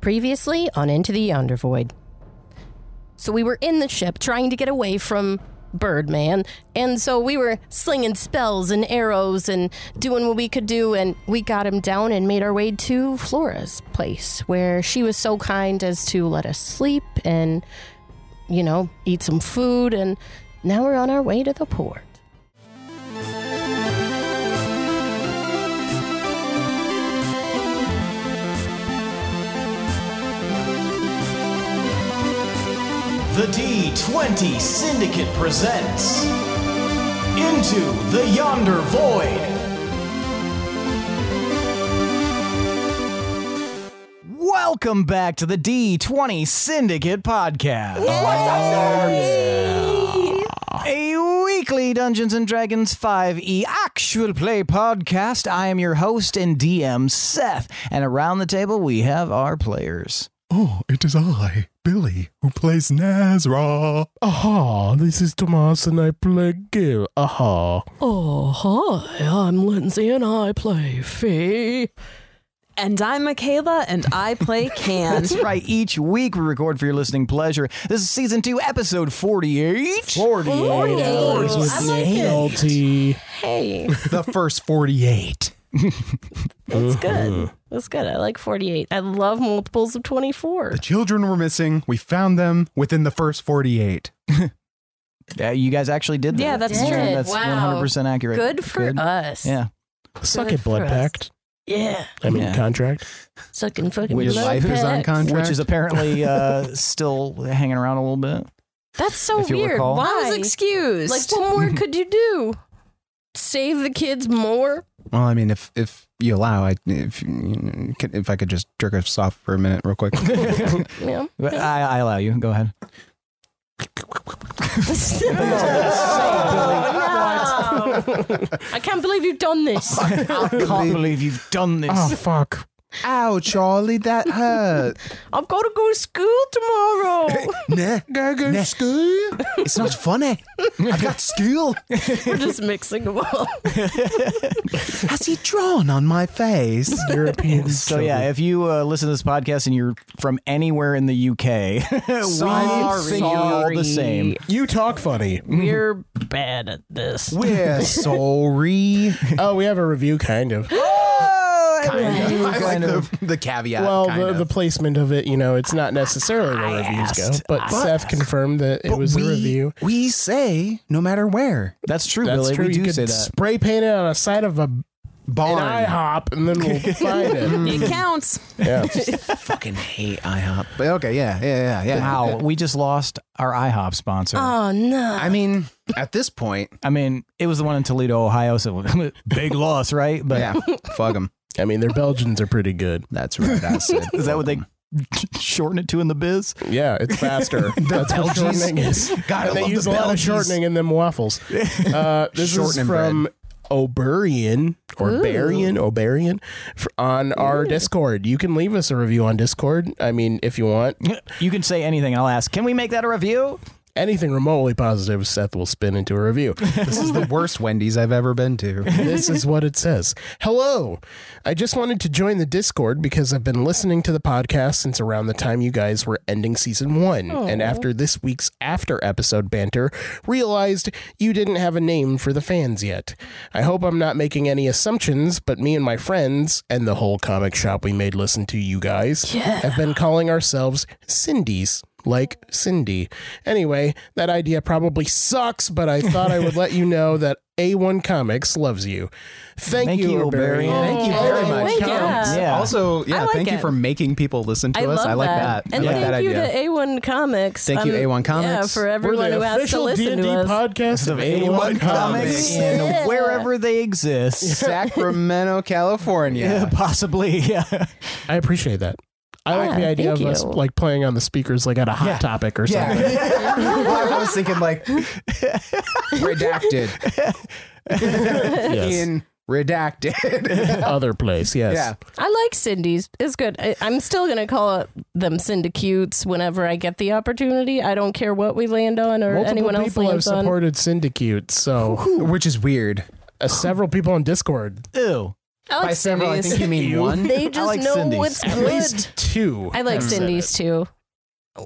Previously on Into the Yonder Void. So we were in the ship trying to get away from Birdman, and so we were slinging spells and arrows and doing what we could do, and we got him down and made our way to Flora's place, where she was so kind as to let us sleep and, you know, eat some food, and now we're on our way to the port. The D20 Syndicate presents Into the Yonder Void. Welcome back to the D20 Syndicate podcast. A weekly Dungeons and Dragons 5e actual play podcast. I am your host and DM, Seth, and around the table we have our players. Oh, it is I, Billy, who plays Nazra. Aha, this is Tomas and I play Gil. Aha. Oh, hi, I'm Lindsay and I play Fee. And I'm Michaela, and I play Can. That's right. Each week we record for your listening pleasure. This is season two, episode 48. 48 hours with I like penalty. hey, The first 48. That's good. That's good. I like 48. I love multiples of 24. The children were missing. We found them within the first 48. Uh, you guys actually did that. Yeah, that's Did. true. true. That's Wow. 100% accurate. Good for us. Yeah. Suck Good it, Blood for us. Pact. Yeah. I mean, Yeah. contract. Sucking fucking Which blood life Life is on packs. contract. Which is apparently uh, still hanging around a little bit. That's so if you'll weird. recall. I Why? was excused. like, what more could you do? Save the kids more? well, I mean, if if you allow, I if if I could just jerk us off for a minute, real quick. Ah, Yeah. But I, I allow you. Go ahead. I can't believe you've done this. I can't believe you've done this. Oh, fuck. Ow, Charlie, that hurt. I've got to go to school tomorrow. nah, Go go Nah. school. it's not funny. I've got school. We're just mixing them up. Has he drawn on my face? European. So yeah, if you uh, listen to this podcast and you're from anywhere in the UK, we think you're all the same. you talk funny. We're bad at this. We're sorry. oh, we have a review, kind of. I like Kind of. the, the caveat. well, kind the, of. the placement of it, you know, it's not necessarily where reviews go, but Seth confirmed that it But was we, a review. We say no matter where. That's true, That's Billy. true. We you do could say that. spray paint it on the side of a an Barn. IHOP, and then we'll find it. Mm-hmm. it counts. Yeah. fucking hate IHOP. But okay, yeah, yeah, yeah, yeah. Wow, we just lost our IHOP sponsor. Oh, no. I mean, at this point, I mean, it was the one in Toledo, Ohio, so big loss, right? But yeah, fuck them. I mean, their Belgians are pretty good. That's right. I said. is that what they shorten it to in the biz? Yeah, it's faster. That's what Belgies. shortening is. God, and they use a lot of shortening in them waffles. Uh, this Shortening is from Oberian or Barian, Oberian f- on our Discord. You can leave us a review on Discord. I mean, if you want You can say anything, and I'll ask. Can we make that a review? anything remotely positive, Seth will spin into a review. This is the worst Wendy's I've ever been to. this is what it says. Hello. I just wanted to join the Discord because I've been listening to the podcast since around the time you guys were ending season one. And after this week's after episode banter, realized you didn't have a name for the fans yet. I hope I'm not making any assumptions, but me and my friends and the whole comic shop we made listen to you guys have been calling ourselves Cindy's like Cindy. Anyway, that idea probably sucks, but I thought I would let you know that A1 Comics loves you. Thank, Thank you, you, Oh, Oberian. Oberian. Thank you very much. Wait, yeah. Yeah. Also, yeah, I like thank you it. for making people listen to I us. love I like that. that. I And like thank that you idea. to A1 Comics. Um, Thank you, A1 Yeah, Comics. for everyone We're who the has to official listen D&D to us. podcast of A1 A1 Oh, Comics Comics. and Yeah. wherever they exist. Sacramento, Yeah, California. possibly. Yeah. I appreciate that. I like Yeah, the idea thank of us you. like playing on the speakers like at a hot Yeah. topic or Yeah. something. I was thinking like redacted Yes. in redacted. Other place, yes. yeah. I like Cindy's. It's good. I, I'm still going to call it them Syndicutes whenever I get the opportunity. I don't care what we land on or Multiple anyone else people have lands on. supported Syndicute, so Which is weird. uh, several people on Discord. Ew. I By like several, I think Cindy's. you mean one. They just like know Cindy's. what's At good. least two. I like have said it. Cindy's too.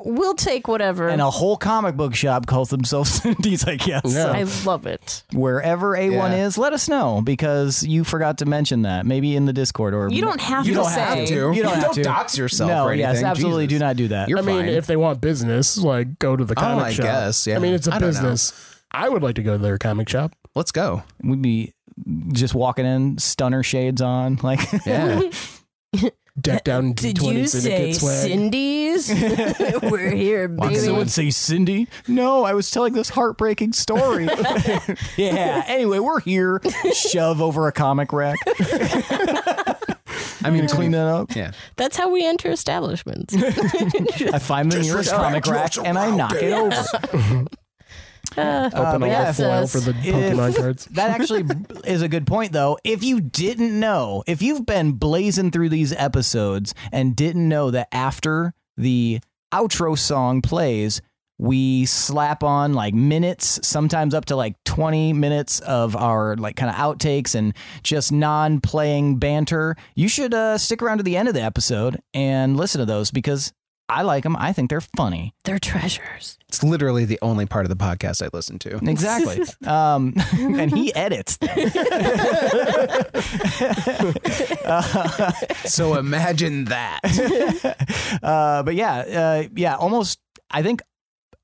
We'll take whatever. And a whole comic book shop calls themselves Cindy's, I guess. Yeah. I love it. Wherever A1 Yeah. is, let us know because you forgot to mention that. Maybe in the Discord or You don't have You to don't say. have to. You don't have to. dox yourself. No, or anything. yes, absolutely Jesus. do not do that. You're I mean, fine. if they want business, like go to the comic I shop. guess, yeah. I mean, it's a I don't know. business. I would like to go to their comic shop. Let's go. We'd be just walking in, stunner shades on, like Yeah. Deck down D Did twenty you syndicate say swag. Cindy's? We're here, Did baby. someone say Cindy? No, I was telling this heartbreaking story. yeah. Anyway, we're here. Shove over a comic rack. I mean, Clean clean. that up. Yeah. That's how we enter establishments. I find the nearest comic rack and I knock it over. Uh, Open but all yeah, the if foil this- for the if- Pokemon cards. That actually is a good point, though. If you didn't know, if you've been blazing through these episodes and didn't know that after the outro song plays, we slap on like minutes, sometimes up to like 20 minutes of our like kind of outtakes and just non playing banter. You should uh, stick around to the end of the episode and listen to those because I like them. I think they're funny. They're treasures. It's literally the only part of the podcast I listen to. Exactly. um, and he edits. So imagine that. uh, but yeah, uh, yeah, almost. I think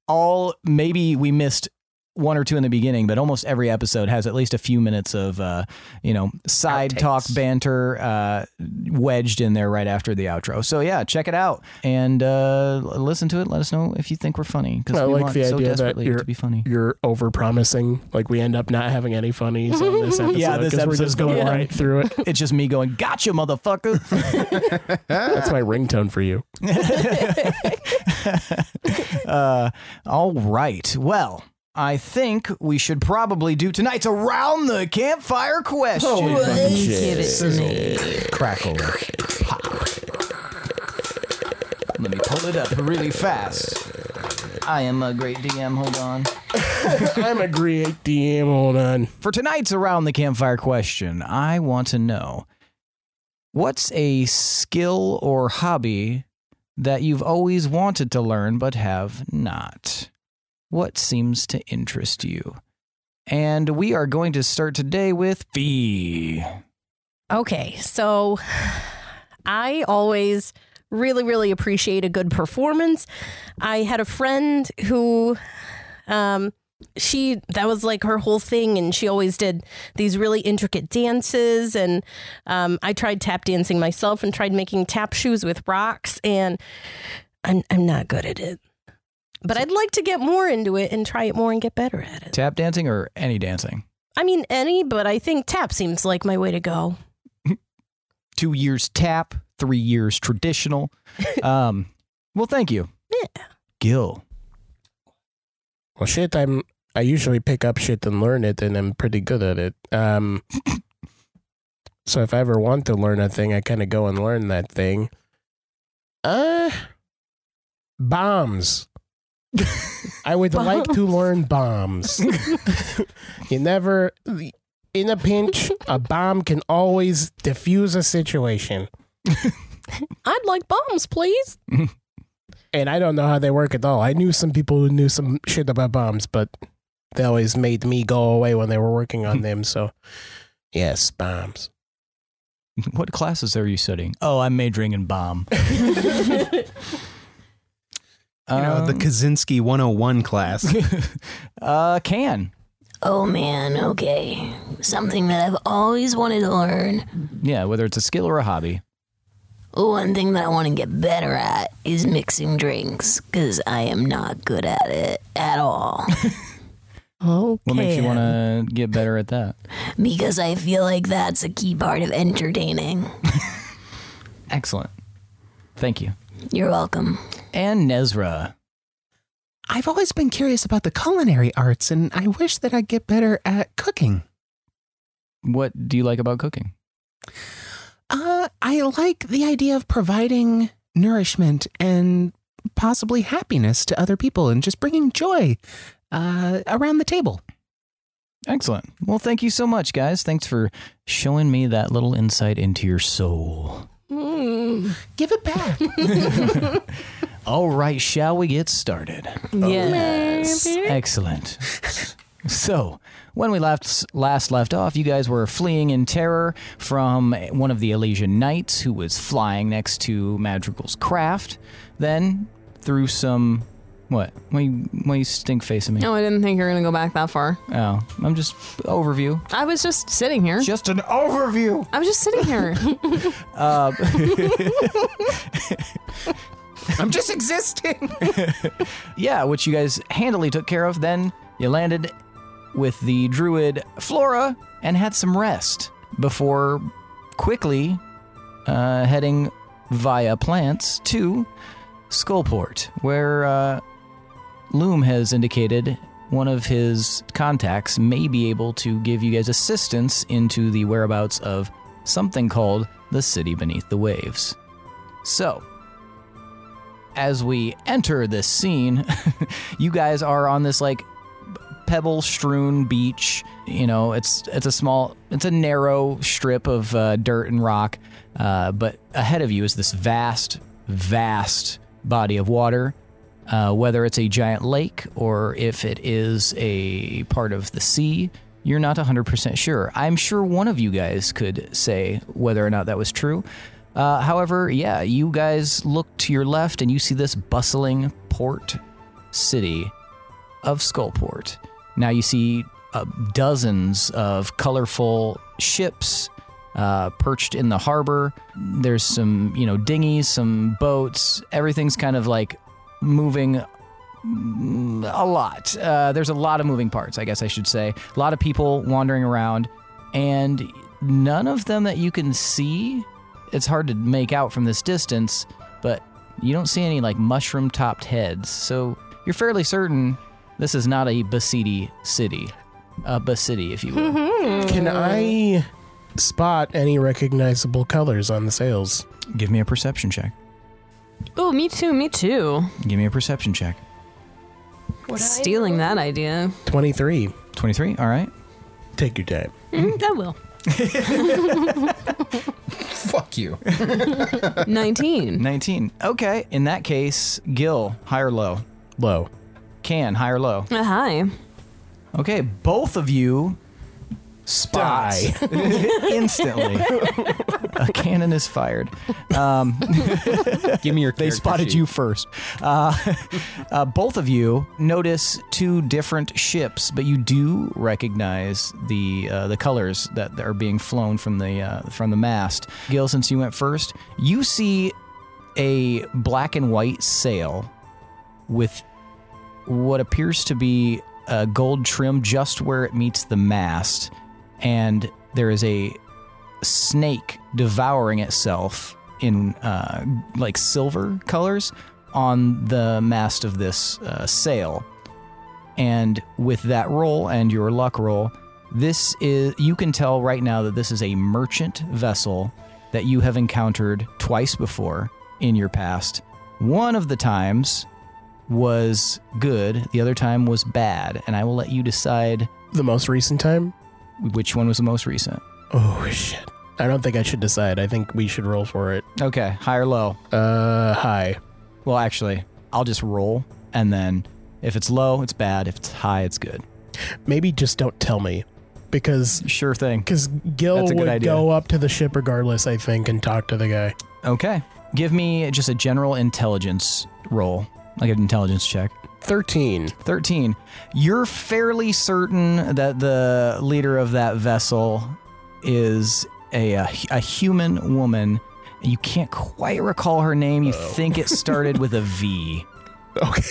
all maybe we missed one or two in the beginning, but almost every episode has at least a few minutes of uh, you know side talk Outtakes. banter uh, wedged in there right after the outro. So yeah, check it out and uh, l- listen to it. Let us know if you think we're funny because I we like want the so idea that desperately you're- to be funny. You're over promising. Like we end up not having any funnies on this episode. Yeah, this 'cause we're episode's just going going on. right through it. It's just me going, "Gotcha, motherfucker." That's my ringtone for you. uh, all right. Well, I think we should probably do tonight's around the campfire question. Give it to me. Crackle. Pop. Let me pull it up really fast. I am a great DM. Hold on. I'm a great DM. Hold on. For tonight's around the campfire question, I want to know what's a skill or hobby that you've always wanted to learn but have not? What seems to interest you? And we are going to start today with Fee. Okay, so I always really, really appreciate a good performance. I had a friend who, um, she that was like her whole thing, and she always did these really intricate dances. And um, I tried tap dancing myself, and tried making tap shoes with rocks, and I'm I'm not good at it. But I'd like to get more into it and try it more and get better at it. Tap dancing or any dancing? I mean, any, but I think tap seems like my way to go. Two years tap, three years traditional. Um, well, thank you. Yeah. Gil. Well, shit. I'm. I usually pick up shit and learn it, and I'm pretty good at it. Um. so if I ever want to learn a thing, I kind of go and learn that thing. Uh. Bombs. I would like to learn bombs. you never. In a pinch, a bomb can always defuse a situation. I'd like bombs, please. and I don't know how they work at all. I knew some people who knew some shit about bombs, but they always made me go away when they were working Hmm. on them. So, yes, bombs. What classes are you studying? Oh, I'm majoring in bomb. You know, the Um, Kaczynski 101 class. uh, can. Oh man, okay. Something that I've always wanted to learn. Yeah, whether it's a skill or a hobby. One thing that I want to get better at is mixing drinks, because I am not good at it at all. Okay. What makes you want to get better at that? because I feel like that's a key part of entertaining. Excellent. Thank you. You're welcome. And Nezra. I've always been curious about the culinary arts, and I wish that I'd get better at cooking. What do you like about cooking? Uh, I like the idea of providing nourishment and possibly happiness to other people and just bringing joy uh, around the table. Excellent. Well, thank you so much, guys. Thanks for showing me that little insight into your soul. Hmm. Give it back. All right, shall we get started? Oh, Yes. Excellent. So, when we left, last left off, you guys were fleeing in terror from one of the Elysian Knights who was flying next to Madrigal's craft. Then, through some. What? Why you, why you stink facing me? No, I didn't think you were going to go back that far. Oh, I'm just. Overview. I was just sitting here. Just an overview. I was just sitting here. Uh, I'm just existing. yeah, which you guys handily took care of. Then you landed with the druid Flora and had some rest before quickly uh, heading via plants to Skullport, where uh, Loom has indicated one of his contacts may be able to give you guys assistance into the whereabouts of something called the City Beneath the Waves. So, as we enter this scene, you guys are on this like pebble strewn beach. You know, it's it's a small, it's a narrow strip of uh, dirt and rock, uh, but ahead of you is this vast, vast body of water. Uh, whether it's a giant lake or if it is a part of the sea, you're not 100% sure. I'm sure one of you guys could say whether or not that was true. Uh, however, yeah, you guys look to your left and you see this bustling port city of Skullport. Now you see uh, dozens of colorful ships uh, perched in the harbor. There's some, you know, dinghies, some boats. Everything's kind of like moving mm, a lot. Uh, there's a lot of moving parts, I guess I should say. A lot of people wandering around, and none of them that you can see. It's hard to make out from this distance, but you don't see any like mushroom topped heads. So you're fairly certain this is not a Basidi city. A Basidi, if you will. Can I spot any recognizable colors on the sails? Give me a perception check. oh, me too. Me too. Give me a perception check. Stealing that idea. 23. 23, all right. Take your time. Mm, I will. Fuck you. 19. 19. Okay. In that case, Gil, high or low? Low. Can, high or low? Uh, hi. Okay. Both of you spy instantly. a cannon is fired. Um, Give me your. They spotted you first. Uh, uh, both of you notice two different ships, but you do recognize the uh, the colors that are being flown from the uh, from the mast. Gil, since you went first, you see a black and white sail with what appears to be a gold trim just where it meets the mast, and there is a snake devouring itself in uh, like silver colors on the mast of this uh, sail. And with that roll and your luck roll, this is you can tell right now that this is a merchant vessel that you have encountered twice before in your past. One of the times was good, the other time was bad, and I will let you decide The most recent time? which one was the most recent. Oh, shit. I don't think I should decide. I think we should roll for it. Okay, high or low? Uh, high. Well, actually, I'll just roll, and then if it's low, it's bad. If it's high, it's good. Maybe just don't tell me because Sure thing. because Gil That's a good would idea. go up to the ship regardless, I think, and talk to the guy. Okay. Give me just a general intelligence roll, like an intelligence check. 13. 13. You're fairly certain that the leader of that vessel is a, a, a human woman. You can't quite recall her name. You think it started with a V. Okay.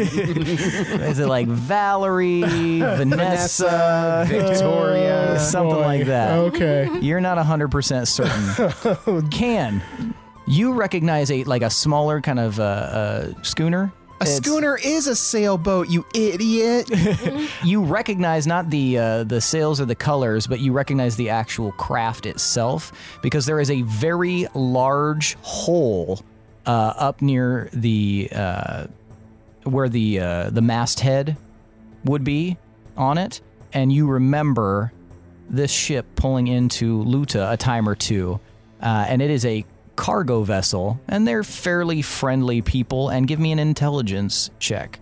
Is it like Valerie, Vanessa, Victoria. something like that? Okay. You're not 100% certain. Can you recognize a like a smaller kind of uh, uh, scooner? A It's- schooner is a sailboat, you idiot. You recognize not the uh, the sails or the colors, but you recognize the actual craft itself because there is a very large hole uh, up near the uh, where the uh, the masthead would be on it, and you remember this ship pulling into Luta a time or two, uh, and it is a cargo vessel, and they're fairly friendly people. And give me an intelligence check.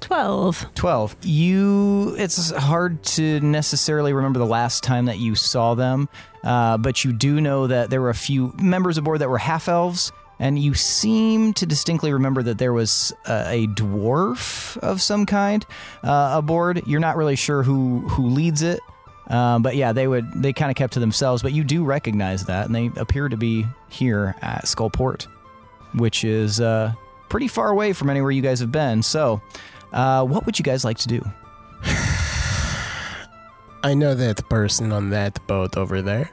12. 12 you it's hard to necessarily remember the last time that you saw them uh, but you do know that there were a few members aboard that were half elves and you seem to distinctly remember that there was uh, a dwarf of some kind uh, aboard you're not really sure who who leads it um, but yeah they would they kind of kept to themselves but you do recognize that and they appear to be here at skullport which is uh, pretty far away from anywhere you guys have been so uh, what would you guys like to do? I know that person on that boat over there.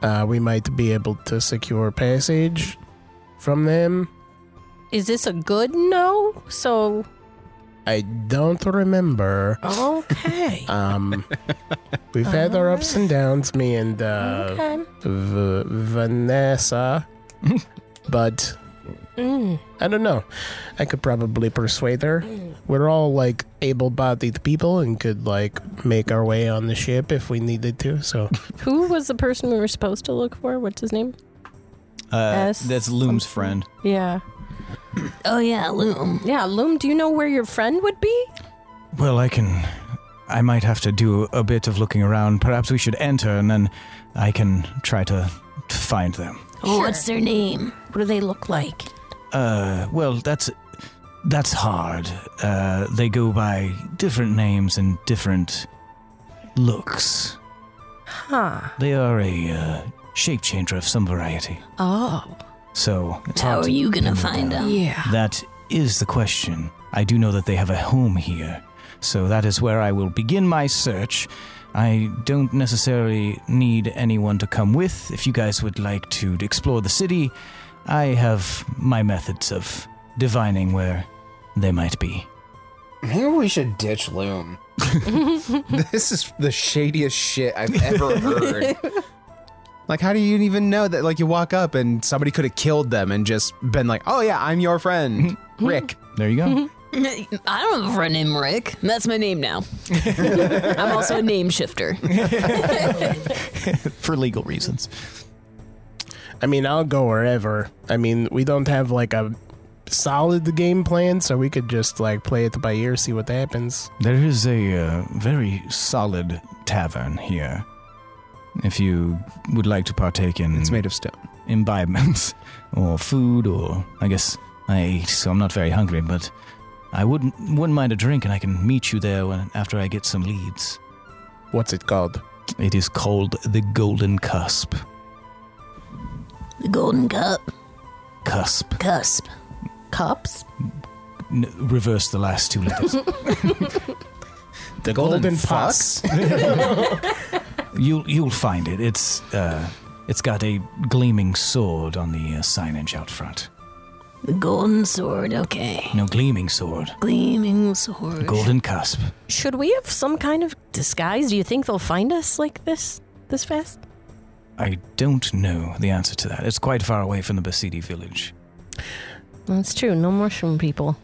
Uh, we might be able to secure passage from them. Is this a good no? So, I don't remember. okay. Um, we've had our ups and downs, me and uh, Okay. V- Vanessa, but Mm. I don't know. I could probably persuade her. We're all like able bodied people and could like make our way on the ship if we needed to. So, Who was the person we were supposed to look for? What's his name? Uh, S that's Loom's friend. Yeah. Oh, yeah, Loom. Yeah, Loom, do you know where your friend would be? Well, I can. I might have to do a bit of looking around. Perhaps we should enter and then I can try to find them. Oh, what's their name? What do they look like? Uh, well, that's. That's hard. Uh, they go by different names and different looks. Huh. They are a uh, shape changer of some variety. Oh. So it's How hard are to you gonna pin them find down. them? Yeah. That is the question. I do know that they have a home here, so that is where I will begin my search. I don't necessarily need anyone to come with. If you guys would like to explore the city, I have my methods of divining where they might be. Maybe we should ditch Loom. this is the shadiest shit I've ever heard. like, how do you even know that? Like, you walk up and somebody could have killed them and just been like, "Oh yeah, I'm your friend, Rick." There you go. I don't have a friend named Rick. That's my name now. I'm also a name shifter. For legal reasons. I mean, I'll go wherever. I mean, we don't have like a solid game plan, so we could just like play it by ear, see what happens. There is a uh, very solid tavern here. If you would like to partake in It's made of stone. imbibements or food or I guess I ate, so I'm not very hungry, but I wouldn't wouldn't mind a drink and I can meet you there when, after I get some leads. What's it called? It is called the Golden Cusp. The Golden Cup. Cusp. Cusp. Cups? N- reverse the last two letters. The Fox. you'll you'll find it. It's uh it's got a gleaming sword on the uh, signage out front. The Golden Sword. Okay. No gleaming sword. Gleaming sword. Golden Cusp. Should we have some kind of disguise? Do you think they'll find us like this? This fast? I don't know the answer to that. It's quite far away from the Basidi village. That's true. No mushroom people.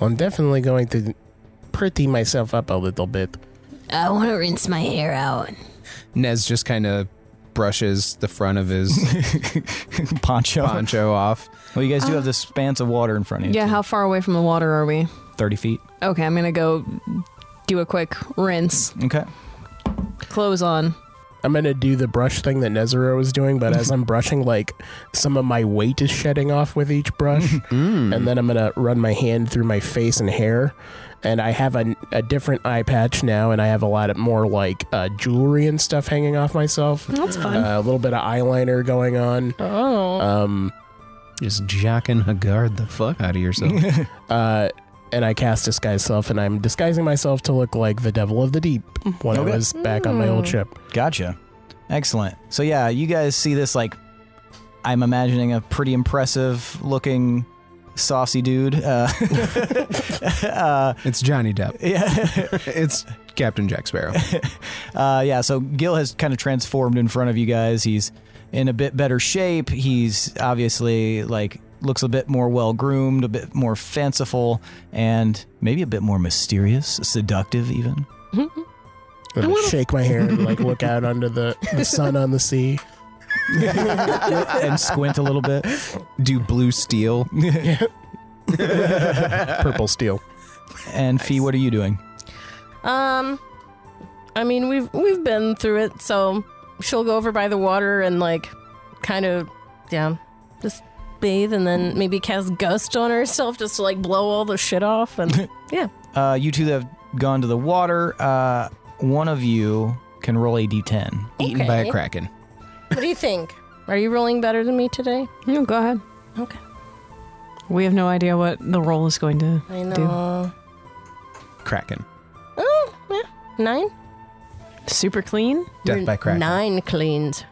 I'm definitely going to pretty myself up a little bit. I want to rinse my hair out. Nez just kind of brushes the front of his Poncho. poncho off. Well, you guys do have this expanse of water in front of you. Uh, Yeah, too. how far away from the water are we? 30 feet. Okay, I'm gonna go do a quick rinse, Okay. clothes on. I'm gonna do the brush thing that Nezero was doing, but as I'm brushing, like some of my weight is shedding off with each brush, Mm-hmm. and then I'm gonna run my hand through my face and hair. And I have a, a different eye patch now, and I have a lot of more like uh, jewelry and stuff hanging off myself. That's fun. Uh, a little bit of eyeliner going on. Oh. Um, Just jacking Hagard the fuck out of yourself. uh, and I cast disguise self, and I'm disguising myself to look like the devil of the deep when Okay. I was back on my old Mm. ship. Gotcha. Excellent. So, yeah, you guys see this, like, I'm imagining a pretty impressive looking saucy dude. Uh, uh, it's Johnny Depp. yeah. It's Captain Jack Sparrow. Uh, yeah, so Gil has kind of transformed in front of you guys. He's in a bit better shape. He's obviously like looks a bit more well groomed, a bit more fanciful, and maybe a bit more mysterious, seductive even. And I wanna- shake my hair and like look out under the, the sun on the sea. and squint a little bit. Do blue steel. Purple steel. And Fee, what are you doing? Um, I mean we've we've been through it, so she'll go over by the water and like kind of yeah, just bathe and then maybe cast gust on herself just to like blow all the shit off and yeah. Uh, you two that have gone to the water, uh, one of you can roll a d10. Eaten by a Okay. kraken. What do you think? Are you rolling better than me today? No, go ahead. Okay. We have no idea what the roll is going to I do. know. Kraken. Oh, yeah. Nine? Super clean. Death by Kraken. Nine cleaned.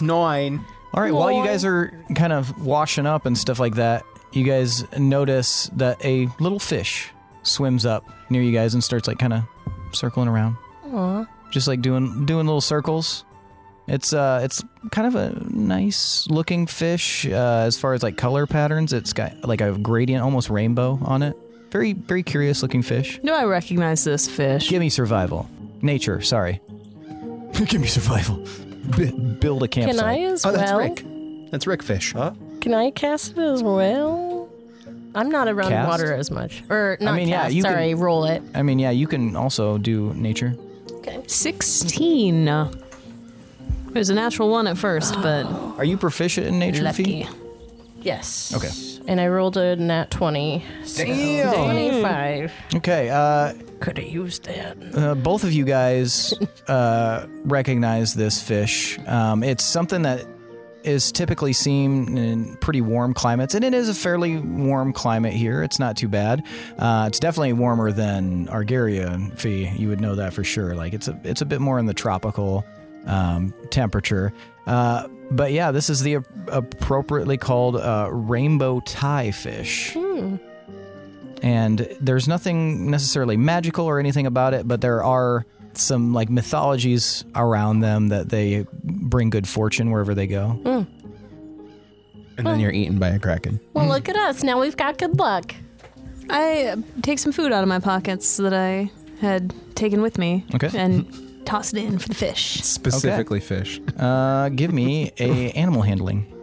Nine. All right, while you Nine. guys are kind of washing up and stuff like that, you guys notice that a little fish swims up near you guys and starts like kind of circling around, Aw. just like doing doing little circles. It's uh, it's kind of a nice looking fish uh, as far as like color patterns. It's got like a gradient, almost rainbow on it. Very very curious looking fish. Do I recognize this fish? Give me survival, nature. Sorry, give me survival. B- build a campsite. I as Oh, that's well? Rick. That's Rick Fish. Huh? Can I cast it as well? I'm not around Cast? water as much. Or I not mean, yeah, cast, you sorry, can- roll it. I mean, yeah, you can also do nature. Okay. 16. It was a natural one at first, but Are you proficient in nature, Fee? Yes. Okay. And I rolled a nat 20. So Damn. 25. Okay. Uh, Could have used that. uh, both of you guys uh, recognize this fish. Um, it's something that is typically seen in pretty warm climates, and it is a fairly warm climate here. It's not too bad. Uh, it's definitely warmer than Argaria, Fee. You would know that for sure. Like it's a it's a bit more in the tropical um, temperature. Uh, but yeah, this is the ap- appropriately called uh, rainbow tie fish. Hmm. and there's nothing necessarily magical or anything about it, but there are some like mythologies around them that they bring good fortune wherever they go. And then you're eaten by a kraken. Well, look at us. Now we've got good luck. I uh, take some food out of my pockets that I had taken with me Okay. and toss it in for the fish. Specifically fish. Uh, give me a animal handling.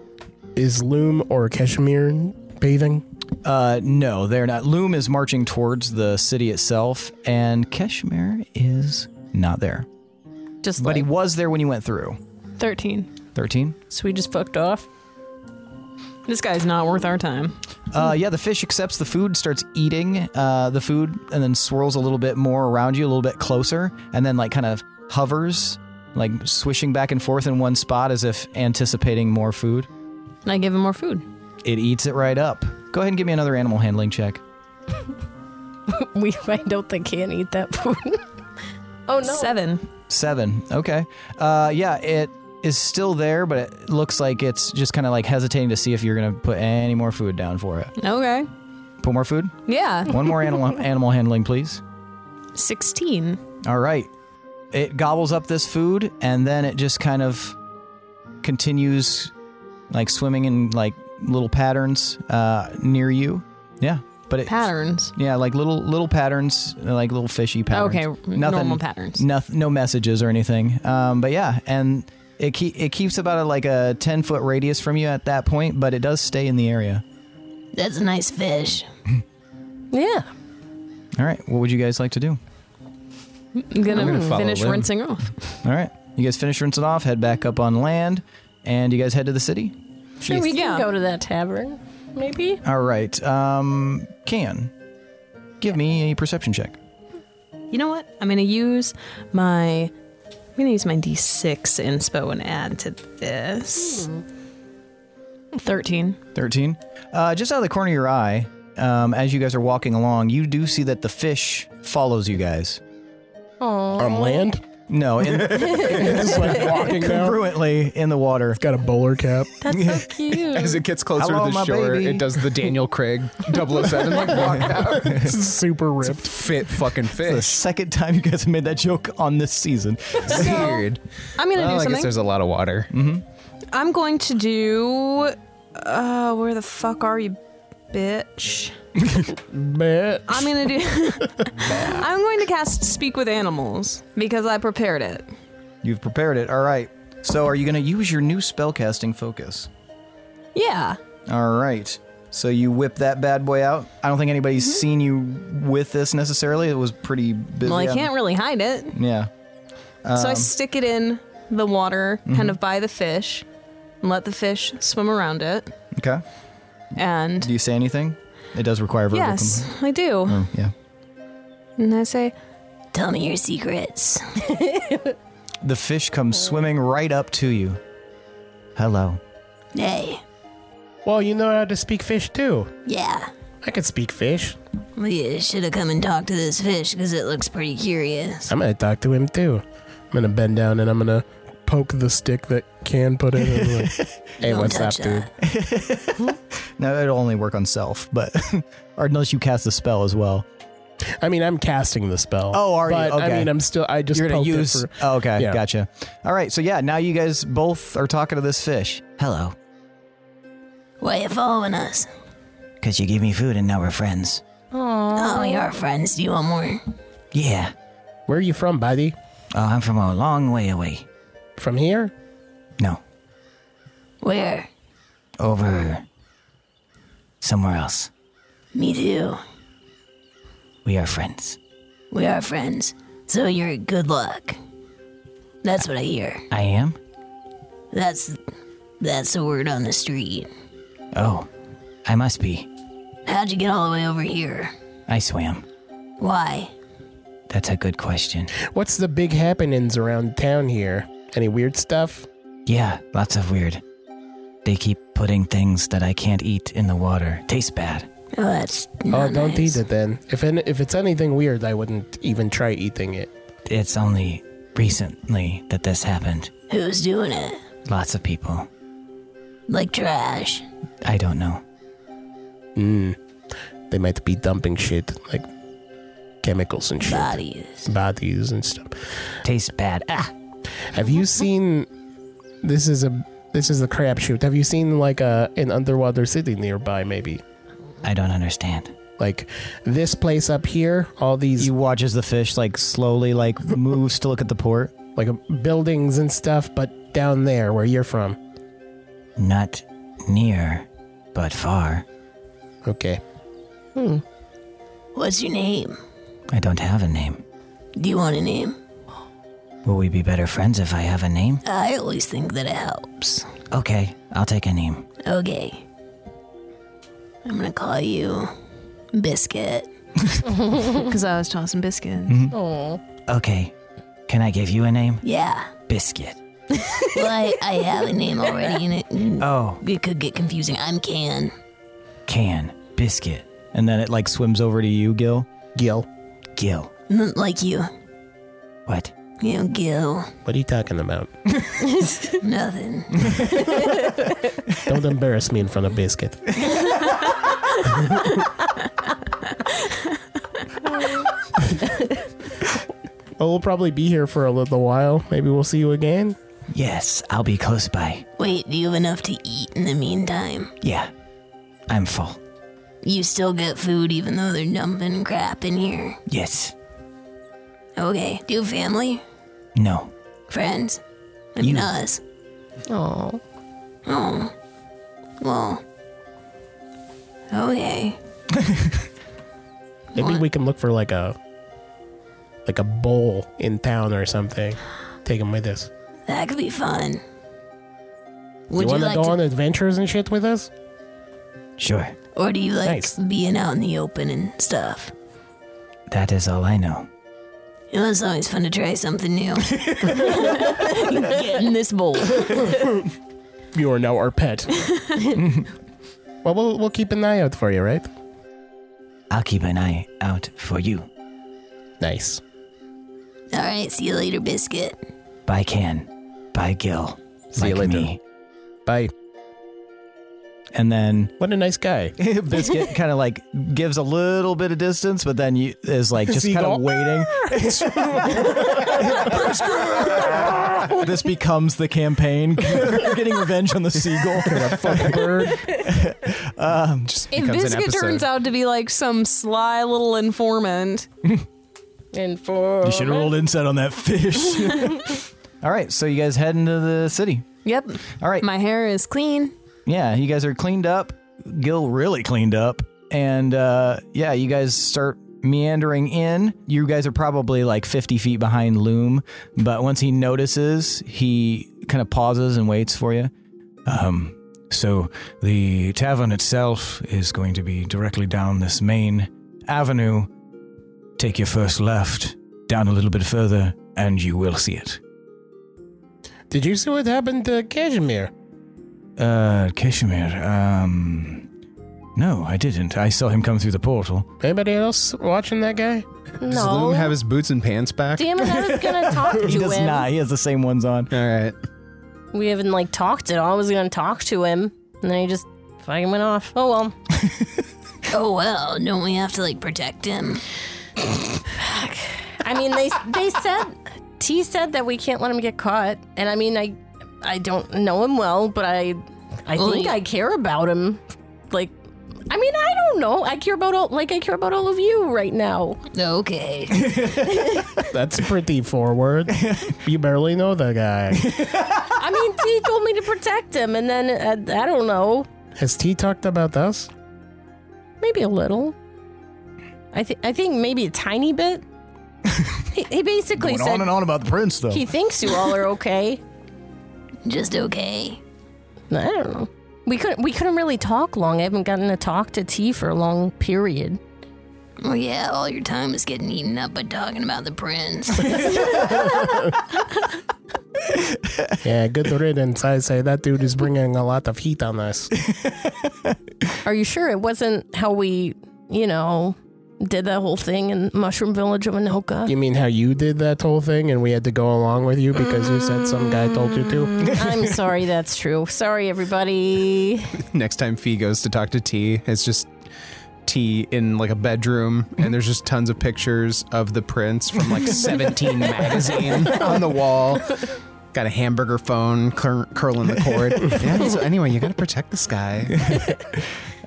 Is loom or cashmere bathing? Uh, no, they're not. Loom is marching towards the city itself, and Keshmir is not there. Just but he like was there when you went through. 13. Thirteen. so we just fucked off. This guy's not worth our time. Uh, yeah, the fish accepts the food, starts eating uh, the food, and then swirls a little bit more around you, a little bit closer, and then like kind of hovers, like swishing back and forth in one spot as if anticipating more food. And I give him more food. It eats it right up. Go ahead and give me another animal handling check. We find out they can't eat that food. oh, no. Seven. Seven. Okay. Uh, yeah, it is still there, but it looks like it's just kind of like hesitating to see if you're gonna put any more food down for it. Okay. Put more food. Yeah. One more animal animal handling, please. 16. All right. It gobbles up this food and then it just kind of continues like swimming in like little patterns uh, near you. Yeah. But it Patterns. Yeah, like little little patterns, like little fishy patterns. Okay. Normal patterns. Noth- no messages or anything. Um, but yeah, and it ke- it keeps about a, like a 10 foot radius from you at that point, but it does stay in the area. That's a nice fish. Yeah. All right. What would you guys like to do? I'm gonna, I'm gonna follow finish Lynn. rinsing off. All right. You guys finish rinsing off, head back up on land, and you guys head to the city. Sure, we Yeah. can go to that tavern. Maybe. All right. Um, can give me a perception check. You know what? I'm gonna use my I'm gonna use my D6 inspo and add to this. Thirteen. Thirteen. Uh, just out of the corner of your eye, um, as you guys are walking along, you do see that the fish follows you guys. Oh. On land? No, in, It's like walking now. congruently in the water. Got a bowler cap. That's so cute. As it gets closer Hello, to my the shore, baby. it does the Daniel Craig 007 like walk out. It's super ripped. Fit fucking The fish. second time you guys have made that joke on this season. Weird. I'm gonna Well, do I guess something. there's a lot of water. I'm going to do uh where the fuck are you bitch. Bitch. I'm gonna do. I'm going to cast Speak with Animals because I prepared it. You've prepared it. All right. So are you going to use your new spellcasting focus? Yeah. All right. So you whip that bad boy out. I don't think anybody's Mm-hmm. seen you with this necessarily. It was pretty busy. Well, I on- can't really hide it. Yeah. so I Um, stick it in the water, kind Mhm. of by the fish, and let the fish swim around it. Okay. And Do you say anything? It does require verbal. yes, I do. compl- Oh, yeah. And I say, Tell me your secrets. The fish comes swimming right up to you. Hello. hey, Well, you know how to speak fish too. yeah. I could speak fish. Well, you should have come and talked to this fish because it looks pretty curious. I'm gonna talk to him too. I'm gonna bend down and I'm gonna poke the stick that can put in. and like, Hey, Don't what's up, touch dude? Now it'll only work on self, but or unless you cast a spell as well. I mean, I'm casting the spell. Oh, are you? but, Okay. I mean, I'm still. I just You're gonna poked it use. for- oh, okay, Yeah. gotcha. All right, so yeah, now you guys both are talking to this fish. Hello, Why you following us? because you gave me food and now we're friends. Oh, we are friends. Do you want more? Yeah. Where are you from, buddy? Oh, I'm from a long way away. From here? No, Where? over somewhere else. Me too. We are friends. We are friends. So you're good luck. That's what I hear. I am. That's that's the word on the street. Oh, I must be. How'd you get all the way over here? I swam. Why? That's a good question. What's the big happenings around town here? Any weird stuff? Yeah, lots of weird. They keep putting things that I can't eat in the water. Tastes bad. Oh, that's oh, not don't eat nice. it then. If any, if it's anything weird, I wouldn't even try eating it. It's only recently that this happened. Who's doing it? Lots of people. Like trash. I don't know. Mm. They might be dumping shit like chemicals and shit, Bodies. bodies and stuff. Tastes bad. Ah, Have you seen? This is a this is the crapshoot. Have you seen like a an underwater city nearby? Maybe I don't understand. like this place up here. All these He watches the fish like slowly like moves to look at the port. like buildings and stuff, but down there where you're from. Not near, but far. Okay. What's your name? I don't have a name. Do you want a name? Will we be better friends if I have a name? I always think that it helps. Okay, I'll take a name. Okay. I'm gonna call you Biscuit. because I was tossing biscuits. Mm-hmm. Oh, Okay. Can I give you a name? Yeah. Biscuit. Well, I, I have a name already, and it, mm, Oh, it could get confusing. I'm Can. can. Biscuit. And then it like swims over to you, Gil. Gil, Gil. Not like you. What? You know, Gil. what are you talking about? Nothing. Don't embarrass me in front of Biscuit. Oh, well, we'll probably be here for a little while. Maybe we'll see you again. Yes, I'll be close by. Wait, do you have enough to eat in the meantime? Yeah. I'm full. You still get food even though they're dumping crap in here. Yes. Okay. Do you have family? No. Friends? I mean, You- us. oh, Oh. Well. Okay. Maybe we can look for like a like a bowl in town or something. Take him with us. That could be fun. you Would you, want to like go to, on adventures and shit with us? Sure. or do you like Nice. being out in the open and stuff? That is all I know. You know, it's always fun to try something new. in this bowl. You are now our pet. well, we'll we'll keep an eye out for you, right? I'll keep an eye out for you. Nice. All right, see you later, biscuit. By can. By Gil. See you like later. me. Bye. and then what a nice guy. Biscuit kind of like gives a little bit of distance, but then you is like just kind Seagull. of waiting. this becomes the campaign. You're getting revenge on the seagull. um, just If Biscuit turns out to be like some sly little informant. Informant. you should have rolled insight on that fish. All right, so you guys head into the city. Yep. All right. My hair is clean. Yeah, you guys are cleaned up. Gil really cleaned up. And uh, yeah, you guys start meandering in. You guys are probably like 50 feet behind Loom. But once he notices, he kind of pauses and waits for you. Um, so the tavern itself is going to be directly down this main avenue. Take your first left, down a little bit further, and you will see it. Did you see what happened to Kashmir? Uh, Kashmir. Um, no, I didn't. I saw him come through the portal. Anybody else watching that guy? Does Loom have his boots and pants back? Damn it, I was gonna talk to he does him. not. He has the same ones on. All right. We haven't like talked at all. I was gonna talk to him, and then he just fucking went off. Oh well. Oh well, don't we have to like protect him? I mean, they they said T said that we can't let him get caught, and I mean, I I don't know him well, but I I Well, think he- I care about him. Like, I mean, I don't know. I care about all like I care about all of you right now. Okay. That's pretty forward. you barely know the guy. I mean, T told me to protect him, and then uh, I don't know, Has T talked about us? maybe a little. I think I think maybe a tiny bit. he, he basically Going said on and on about the prince, though. he thinks you all are okay. Just okay. I don't know. We couldn't we couldn't really talk long. I haven't gotten to talk to T for a long period. Well, yeah, all your time is getting eaten up by talking about the prince. Yeah, good riddance. I say that dude is bringing a lot of heat on us. Are you sure it wasn't how we, you know, did that whole thing in Mushroom Village of Anoka? You mean how you did that whole thing and we had to go along with you because you said some guy told you to? I'm sorry, that's true. Sorry, everybody. Next time Fee goes to talk to T, it's just T in like a bedroom, and there's just tons of pictures of the prince from like 17 magazine on the wall. Got a hamburger phone cur- curling the cord. yeah, so anyway, you gotta protect this guy.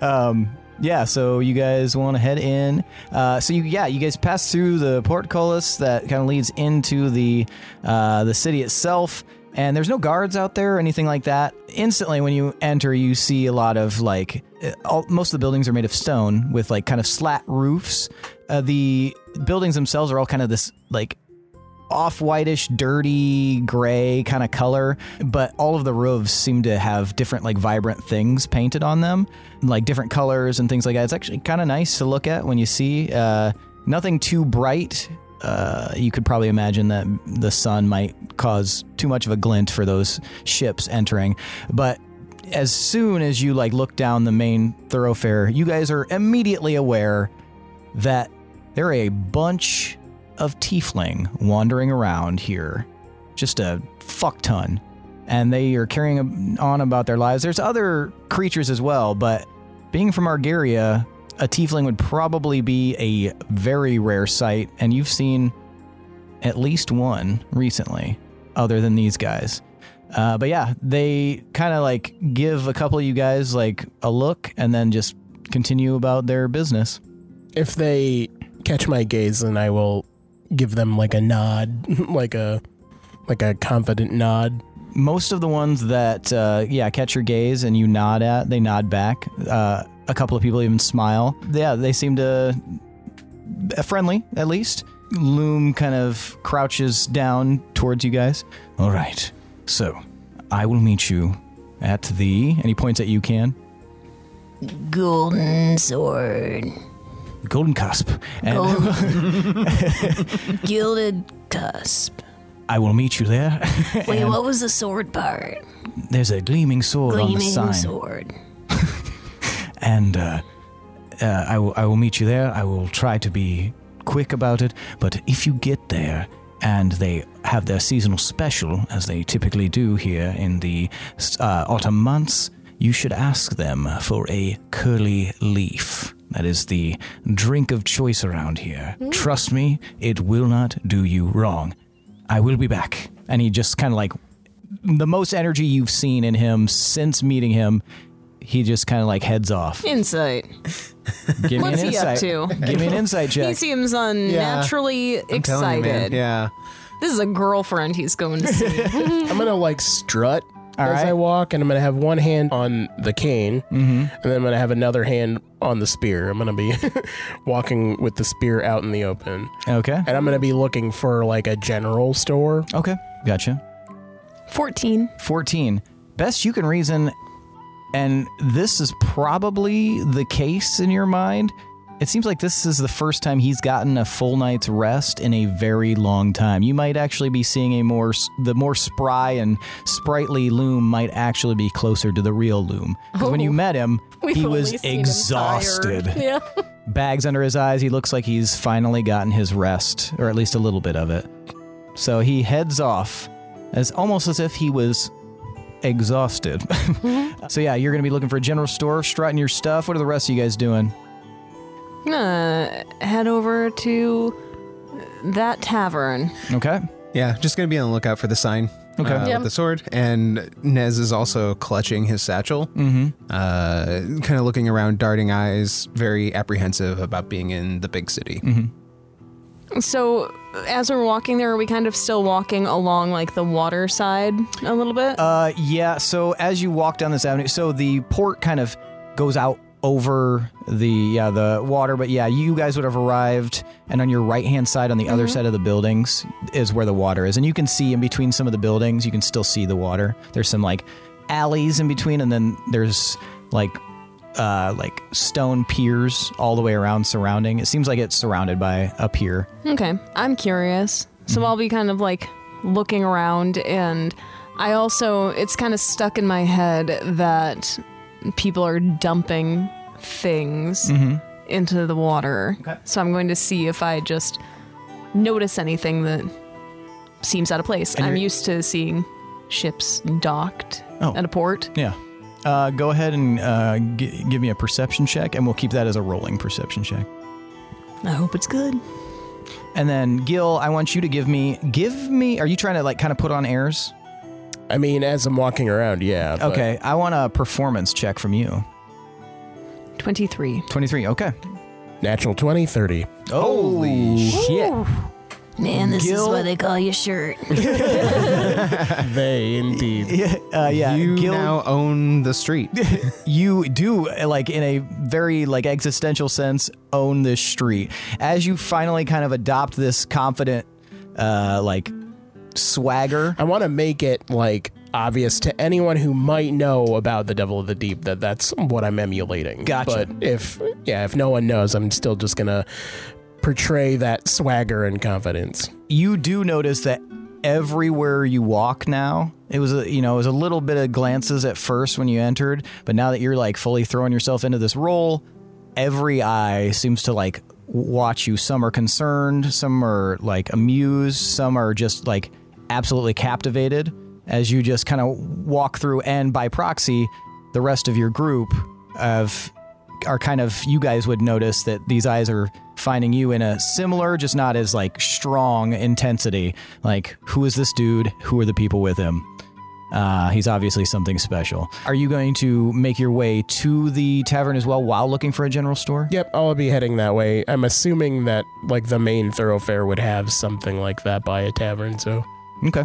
um, yeah, so you guys want to head in. Uh, so you, yeah, you guys pass through the portcullis that kind of leads into the uh, the city itself, and there's no guards out there or anything like that. Instantly, when you enter, you see a lot of like uh, all, most of the buildings are made of stone with like kind of slat roofs. Uh, the buildings themselves are all kind of this like off whitish, dirty gray kind of color, but all of the roofs seem to have different, like, vibrant things painted on them, like different colors and things like that. It's actually kind of nice to look at when you see. Uh, nothing too bright. Uh, you could probably imagine that the sun might cause too much of a glint for those ships entering, but as soon as you like look down the main thoroughfare, you guys are immediately aware that there are a bunch of tiefling wandering around here, just a fuck ton, and they are carrying on about their lives. There's other creatures as well, but being from Argaria, a tiefling would probably be a very rare sight, and you've seen at least one recently, other than these guys. Uh, but yeah, they kind of like give a couple of you guys like a look and then just continue about their business. If they catch my gaze, then I will give them like a nod, like a like a confident nod. Most of the ones that, uh, yeah, catch your gaze and you nod at, they nod back. Uh, a couple of people even smile. Yeah, they seem to uh, friendly at least. Loom kind of crouches down towards you guys. All right, so I will meet you at the, and he points at you, Can. Golden sword. Golden Cusp. And Gold- Oh. Gilded cusp. I will meet you there. Wait, And what was the sword part? There's a gleaming sword on the Gleaming sign. sword. And uh, uh, I, will, I will meet you there. I will try to be quick about it. But if you get there and they have their seasonal special, as they typically do here in the uh, autumn months, you should ask them for a curly leaf. That is the drink of choice around here. Trust me, it will not do you wrong. I will be back. And he just kind of like the most energy you've seen in him since meeting him. He just kind of like heads off. Insight. Give me What's an he up insight. to? Give me an insight check. He seems unnaturally excited. yeah. This is a girlfriend he's going to see. I'm gonna like strut as right. I walk, and I'm gonna have one hand on the cane, and then I'm gonna have another hand on the spear. I'm gonna be walking with the spear out in the open. Okay. And I'm gonna be looking for like a general store. Okay. Gotcha. 14. 14. Best you can reason, and this is probably the case in your mind. It seems like this is the first time he's gotten a full night's rest in a very long time. You might actually be seeing a more the more spry and sprightly loom might actually be closer to the real loom. Because when you met him, We've he only was seen him tired. exhausted. Yeah. Bags under his eyes. He looks like he's finally gotten his rest, or at least a little bit of it. So he heads off as almost as if he was exhausted. so yeah, you're going to be looking for a general store, strutting your stuff. What are the rest of you guys doing? I'm gonna head over to that tavern. Okay. Yeah, just gonna be on the lookout for the sign. Okay. uh, Yeah. With the sword, and Nez is also clutching his satchel, Mhm. uh, kind of looking around, darting eyes, very apprehensive about being in the big city. So, as we're walking there, are we kind of still walking along like the water side a little bit? Uh, yeah. So as you walk down this avenue, so the port kind of goes out over the yeah the water, but yeah, you guys would have arrived, and on your right hand side, on the other side of the buildings, is where the water is, and you can see in between some of the buildings, you can still see the water. There's some like alleys in between, and then there's like uh like stone piers all the way around surrounding. It seems like it's surrounded by a pier. Okay, I'm curious. Mm-hmm. So I'll be kind of like looking around, and I also, it's kind of stuck in my head that people are dumping things Mhm. into the water. So I'm going to see if I just notice anything that seems out of place. And I'm you're- used to seeing ships docked Oh. at a port. Yeah. Uh, go ahead and uh, g- give me a perception check, and we'll keep that as a rolling perception check. I hope it's good. And then Gil, I want you to give me give me are you trying to like kind of put on airs? I mean, as I'm walking around, yeah. but- Okay, I want a performance check from you. 23. 23. Okay. Natural 20, 30. Holy shit. Man, this is Gil- why they call you shirt. they indeed. Yeah, uh, yeah. You Gil, now own the street. you do uh, like in a very like existential sense own this street as you finally kind of adopt this confident uh like swagger. I want to make it like obvious to anyone who might know about the Devil of the Deep that that's what I'm emulating. Gotcha. But if yeah, if no one knows, I'm still just gonna portray that swagger and confidence. you do notice that everywhere you walk now it was a, you know it was a little bit of glances at first when you entered but now that you're like fully throwing yourself into this role every eye seems to like watch you some are concerned some are like amused some are just like absolutely captivated as you just kind of walk through and by proxy the rest of your group of are kind of you guys would notice that these eyes are finding you in a similar just not as like strong intensity like who is this dude who are the people with him uh, he's obviously something special are you going to make your way to the tavern as well while looking for a general store Yep, I'll be heading that way. I'm assuming that like the main thoroughfare would have something like that by a tavern, so Okay.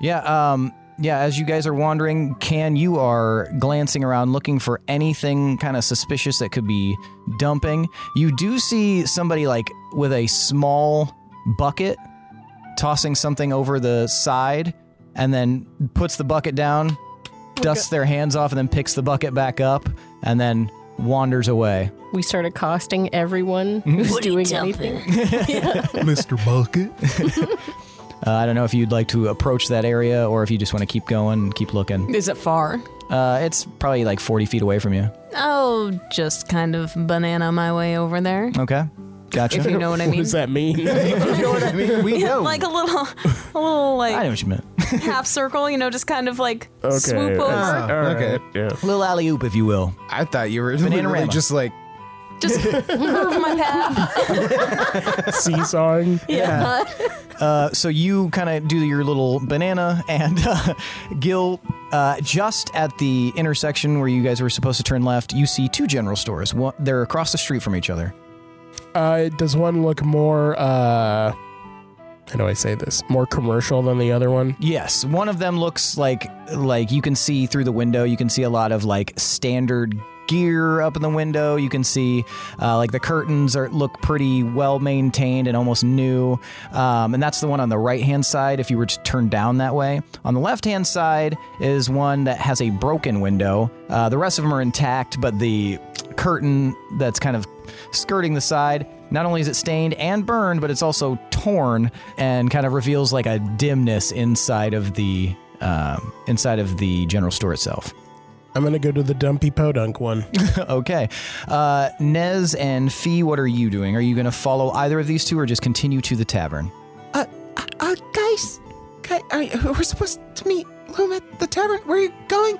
Yeah. Um. Yeah. As you guys are wandering, can you are glancing around looking for anything kind of suspicious that could be dumping. You do see somebody like with a small bucket tossing something over the side, and then puts the bucket down, dusts their hands off, and then picks the bucket back up, and then wanders away. We start accosting everyone who's What are you doing dumping? anything. Mr. Bucket. Uh, I don't know if you'd like to approach that area or if you just want to keep going and keep looking. Is it far? Uh, it's probably like 40 feet away from you. I'll just kind of banana my way over there. Okay. Gotcha. If you know what I what mean. does that mean? you know what I mean? We know. like a little, a little I like know what you meant. half circle, you know, just kind of like swoop over. okay. Little alley oop, if you will. I thought you were literally Bananarama. just like Just curve my path. seesawing. Yeah. Uh, so you kind of do your little banana, and uh, Gil, uh, just at the intersection where you guys were supposed to turn left, you see two general stores. One, they're across the street from each other. Uh, does one look more? uh How do I say this? More commercial than the other one? Yes, one of them looks like like you can see through the window. You can see a lot of like standard gear up in the window. You can see uh, like the curtains are look pretty well maintained and almost new. Um, and that's the one on the right hand side. If you were to turn down that way, on the left hand side is one that has a broken window. Uh, the rest of them are intact, but the curtain that's kind of skirting the side. Not only is it stained and burned, but it's also torn and kind of reveals like a dimness inside of the um, inside of the general store itself. I'm gonna go to the dumpy podunk one. okay, uh, Nez and Fee, what are you doing? Are you going to follow either of these two, or just continue to the tavern? Uh, guys, guy, I, we're supposed to meet Loom at the tavern. Where are you going?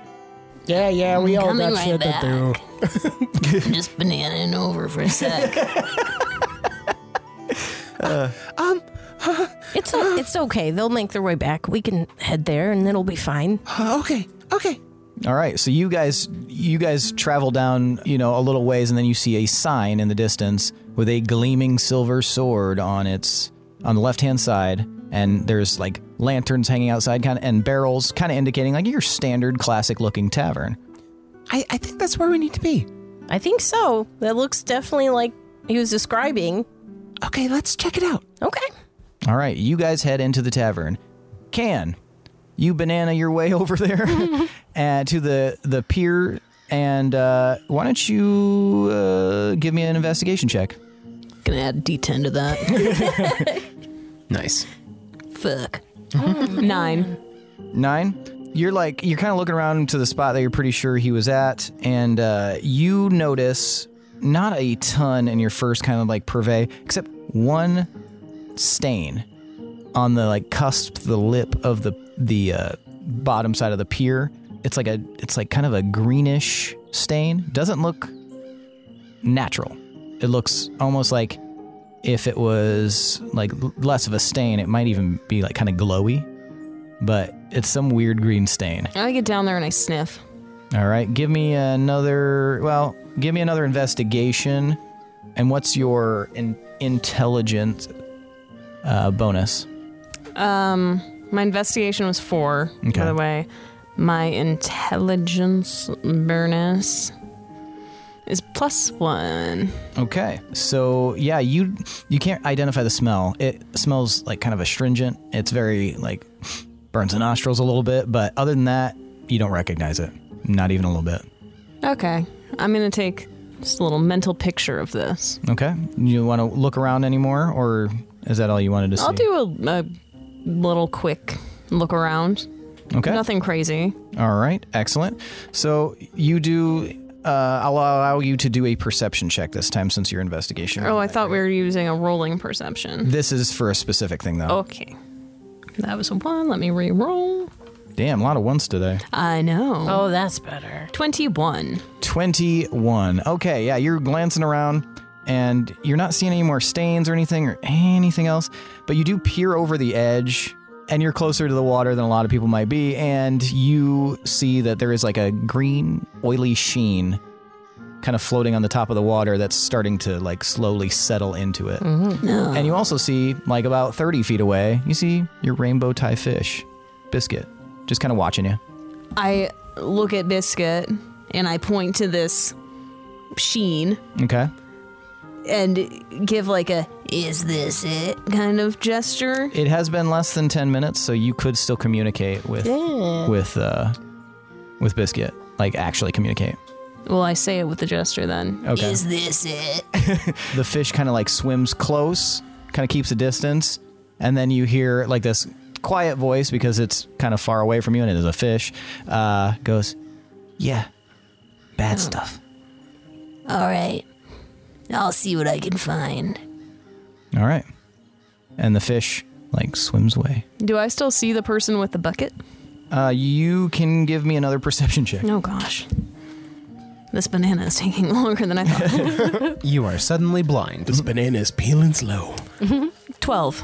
Yeah, yeah, we I'm all coming got right shit to back. do. I'm just bananing over for a sec. Um, it's o- it's okay. They'll make their way back. We can head there, and it'll be fine. Oh, okay, okay. All right, so you guys you guys travel down, you know, a little ways and then you see a sign in the distance with a gleaming silver sword on its on the left-hand side and there's like lanterns hanging outside kind of and barrels kind of indicating like your standard classic looking tavern. I, I think that's where we need to be. I think so. That looks definitely like he was describing. Okay, let's check it out. Okay. All right, you guys head into the tavern. Can you banana your way over there and to the the pier and uh, why don't you uh, give me an investigation check? Gonna add D10 to that. Nice. Fuck. Nine. Nine. You're like you're kind of looking around to the spot that you're pretty sure he was at, and uh, you notice not a ton in your first kind of like purvey, except one stain on the like cusp, the lip of the the uh, bottom side of the pier. It's like a it's like kind of a greenish stain. Doesn't look natural. It looks almost like if it was like l- less of a stain, it might even be like kind of glowy, but it's some weird green stain. I get down there and I sniff. All right, give me another. Well, give me another investigation. And what's your in- intelligence uh, bonus? Um, my investigation was four, by the way. My intelligence bonus is plus one. Okay, so yeah, you you can't identify the smell. It smells like kind of astringent. It's very like burns the nostrils a little bit, but other than that, you don't recognize it. Not even a little bit. Okay. I'm going to take just a little mental picture of this. Okay, you want to look around anymore, or is that all you wanted to see? I'll do a, a little quick look around. Okay. Nothing crazy. All right, excellent. So you do. Uh, I'll allow you to do a perception check this time since your investigation. Oh, I thought we were using a rolling perception. This is for a specific thing, though. Okay. That was a one. Let me re roll. Damn, a lot of ones today. I know. Oh, that's better. 21. 21. Okay, yeah, you're glancing around and you're not seeing any more stains or anything or anything else, but you do peer over the edge and you're closer to the water than a lot of people might be, and you see that there is like a green, oily sheen kind of floating on the top of the water that's starting to like slowly settle into it. Mhm. No. And you also see, like about 30 feet away, you see your rainbow tie fish, Biscuit, just kind of watching you. I look at Biscuit and I point to this sheen Okay. and give like a is this it kind of gesture. It has been less than ten minutes, so you could still communicate with Yeah. with uh, with Biscuit. Like actually communicate. Well, I say it with a gesture then. Okay. Is this it? The fish kind of like swims close, kind of keeps a distance, and then you hear like this quiet voice because it's kind of far away from you and it is a fish. Uh, goes, yeah, bad stuff. All right. I'll see what I can find. All right, and the fish like swims away. Do I still see the person with the bucket? Uh, you can give me another perception check. Oh gosh. This banana is taking longer than I thought. You are suddenly blind. This banana is peeling slow. 12.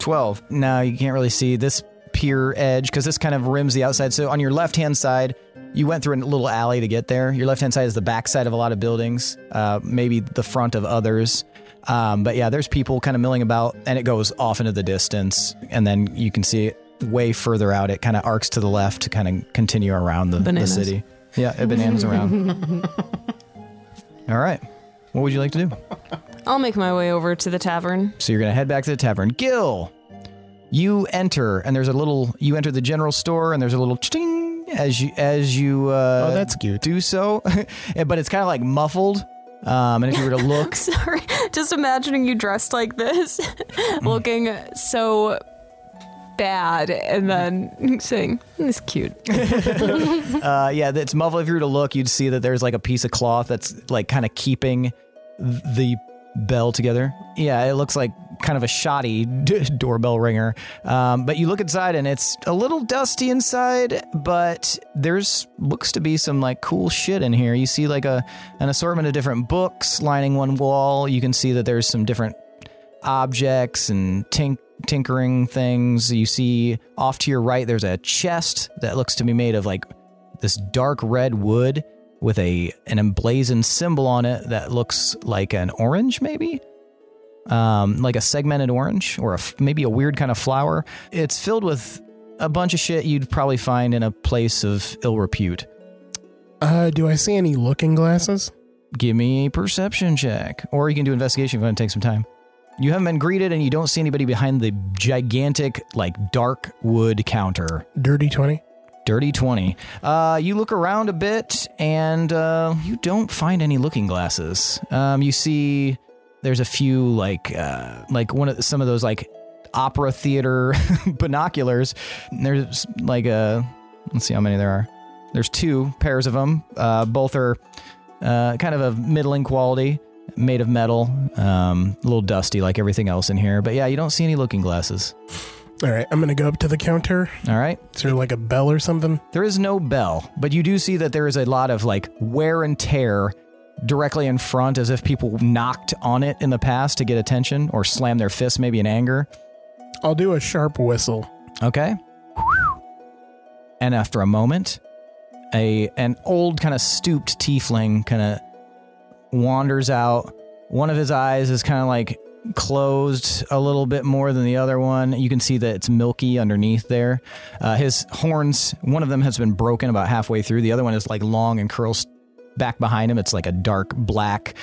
12. Now you can't really see this pier edge because this kind of rims the outside. So on your left hand side, you went through a little alley to get there. Your left hand side is the backside of a lot of buildings, uh, maybe the front of others. Um, but yeah, there's people kind of milling about, and it goes off into the distance. And then you can see it way further out. It kind of arcs to the left to kind of continue around the, the Bananas. city. Yeah, it bananas around. All right. What would you like to do? I'll make my way over to the tavern. So you're gonna head back to the tavern. Gil, you enter, and there's a little. You enter the general store, and there's a little ching as you as you. Uh, oh, that's cute. Do so, Yeah, but it's kind of like muffled. Um, and if you were to look, Sorry, just imagining you dressed like this, looking so bad, and then saying, "This cute." uh, yeah, that's muffled. If you were to look, you'd see that there's like a piece of cloth that's like kind of keeping th- the bell together. Yeah, it looks like kind of a shoddy d- doorbell ringer. Um, but you look inside and it's a little dusty inside, but there's looks to be some like cool shit in here. You see like a an assortment of different books lining one wall. You can see that there's some different objects and tink- tinkering things. You see off to your right, there's a chest that looks to be made of like this dark red wood with a an emblazoned symbol on it that looks like an orange, maybe. Um, like a segmented orange or a f- maybe a weird kind of flower. It's filled with a bunch of shit you'd probably find in a place of ill repute. Uh, do I see any looking glasses? Give me a perception check, or you can do investigation if you want to take some time. You haven't been greeted, and you don't see anybody behind the gigantic, like dark wood counter. Dirty 20. Dirty 20. Uh, you look around a bit and uh, you don't find any looking glasses. Um, you see there's a few like uh, like one of the- some of those like opera theater binoculars. There's like a let's see how many there are. There's two pairs of them. Uh, both are uh, kind of a middling quality, made of metal, um, a little dusty like everything else in here. But yeah, you don't see any looking glasses. All right, I'm going to go up to the counter. All right. Is there like a bell or something? There is no bell, but you do see that there is a lot of like wear and tear directly in front as if people knocked on it in the past to get attention or slam their fists maybe in anger. I'll do a sharp whistle. Okay. And after a moment, a an old kind of stooped tiefling kind of wanders out. One of his eyes is kind of like closed a little bit more than the other one. You can see that it's milky underneath there. Uh, his horns, one of them has been broken about halfway through. The other one is like long and curls back behind him. It's like a dark black,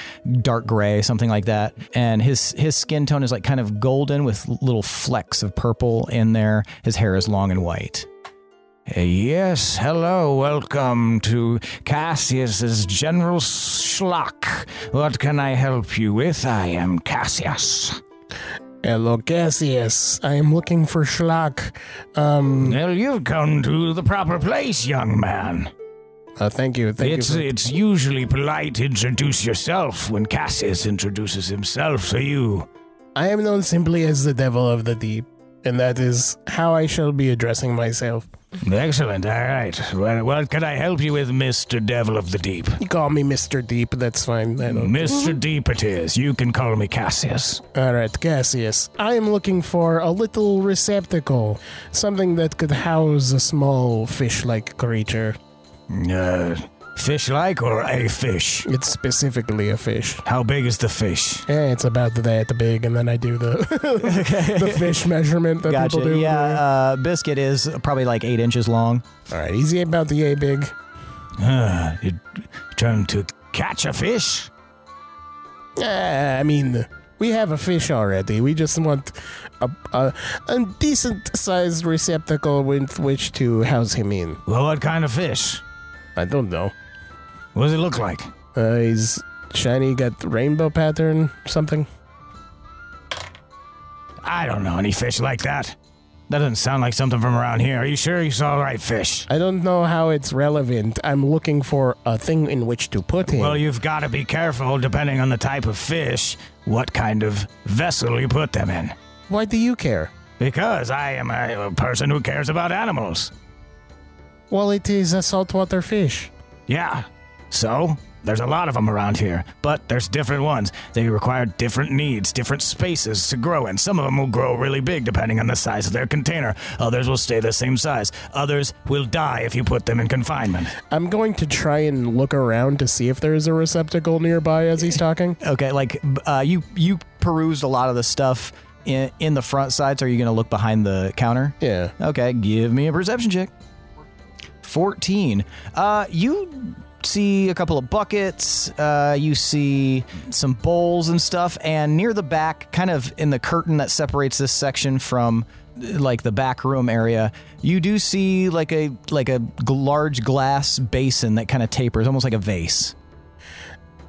dark gray, something like that. And his his skin tone is like kind of golden with little flecks of purple in there. His hair is long and white. Yes, hello, welcome to Cassius's General Schlock. What can I help you with? I am Cassius. Hello, Cassius. I am looking for Schlock. Um, Well, you've come to the proper place, young man. Uh, thank you. Thank it's you. for- it's usually polite to introduce yourself when Cassius introduces himself, so you I am known simply as the devil of the deep, and that is how I shall be addressing myself. Excellent. All right. Well, what can I help you with, Mr. Devil of the Deep? You call me Mr. Deep, that's fine. I don't Mr. Deep it is. You can call me Cassius. All right, Cassius. I am looking for a little receptacle, something that could house a small fish-like creature. Uh, fish-like or a fish? It's specifically a fish. How big is the fish? Eh, it's about that big, and then I do the the fish measurement that Gotcha. people do. Yeah, uh, biscuit is probably like eight inches long. All right, easy about the a big. Uh, you trying to catch a fish? Ah, I mean, we have a fish already. We just want a, a, a decent sized receptacle with which to house him in. Well, what kind of fish? I don't know. What does it look like? Uh, he's shiny, got the rainbow pattern, something. I don't know any fish like that. That doesn't sound like something from around here. Are you sure you saw the right fish? I don't know how it's relevant. I'm looking for a thing in which to put him. Well, you've got to be careful depending on the type of fish, what kind of vessel you put them in. Why do you care? Because I am a, a person who cares about animals. Well, it is a saltwater fish. Yeah. So, there's a lot of them around here, but there's different ones. They require different needs, different spaces to grow in. Some of them will grow really big depending on the size of their container. Others will stay the same size. Others will die if you put them in confinement. I'm going to try and look around to see if there is a receptacle nearby as he's talking. Okay, like uh, you you perused a lot of the stuff in in the front sides. Are you going to look behind the counter? Yeah. Okay, give me a perception check. Fourteen. Uh, you see a couple of buckets. Uh, you see some bowls and stuff, and near the back, kind of in the curtain that separates this section from like the back room area, you do see like a like a g- large glass basin that kind of tapers, almost like a vase.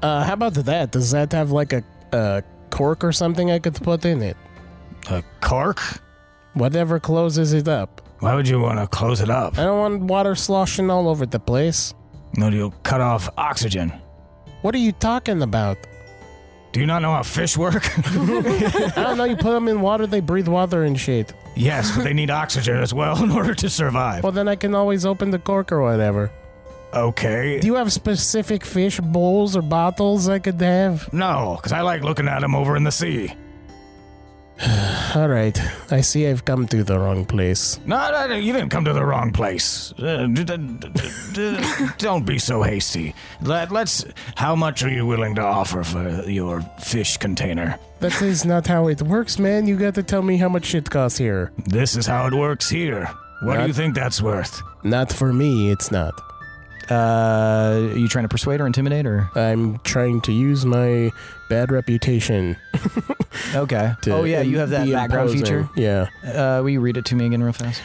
Uh, how about that? Does that have like a, a cork or something I could put in it? A cork? Whatever closes it up. Why would you want to close it up? I don't want water sloshing all over the place. No, you'll cut off oxygen. What are you talking about? Do you not know how fish work? I don't know. You put them in water, they breathe water and shit. yes, but they need oxygen as well in order to survive. Well, then I can always open the cork or whatever. Okay. Do you have specific fish bowls or bottles I could have? No, because I like looking at them over in the sea. All right. I see I've come to the wrong place. No, no, no, you didn't come to the wrong place. Uh, d- d- d- d- Don't be so hasty. Let, let's. How much are you willing to offer for your fish container? That is not how it works, man. You got to tell me how much shit costs here. This is how it works here. What do Not- you think that's worth? Not for me, it's not. Uh, are you trying to persuade or intimidate or? I'm trying to use my bad reputation. Okay. to oh yeah, you have that be background imposing. feature. Yeah. Uh, will you read it to me again real fast?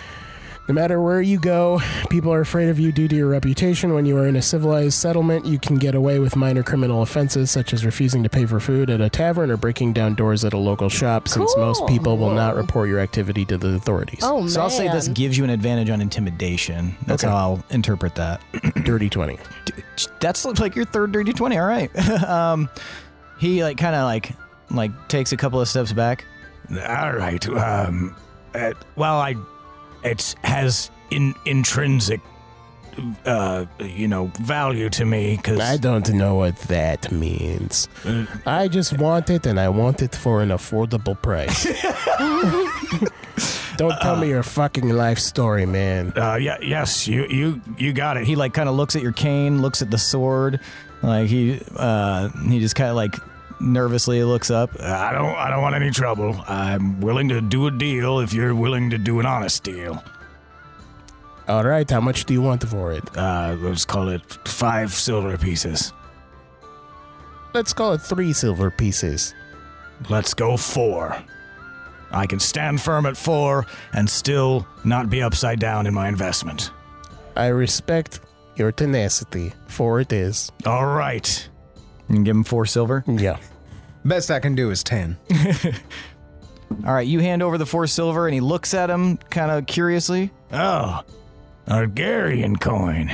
No matter where you go, people are afraid of you due to your reputation. When you are in a civilized settlement, you can get away with minor criminal offenses such as refusing to pay for food at a tavern or breaking down doors at a local shop, since most people will not report your activity to the authorities. Oh, So I'll say this man. gives you an advantage on intimidation. That's Okay. how I'll interpret that. dirty 20. That's looks like your third dirty 20. All right. um, he like kind of like like takes a couple of steps back. All right. Um, uh, well, I, it has in, intrinsic, uh, you know, value to me because I don't know what that means. I just want it, and I want it for an affordable price. don't tell me your fucking life story, man. Uh, yeah, yes, you, you, you got it. He like kind of looks at your cane, looks at the sword, like he uh he just kind of like nervously looks up. I don't, I don't want any trouble. I'm willing to do a deal if you're willing to do an honest deal. All right, how much do you want for it? Uh, let's call it five silver pieces. Let's call it three silver pieces. Let's go four. I can stand firm at four and still not be upside down in my investment. I respect your tenacity, for it is. All right. You can give him four silver. Yeah. Best I can do is 10. All right, you hand over the four silver, and he looks at him kind of curiously. Oh, Argarian coin.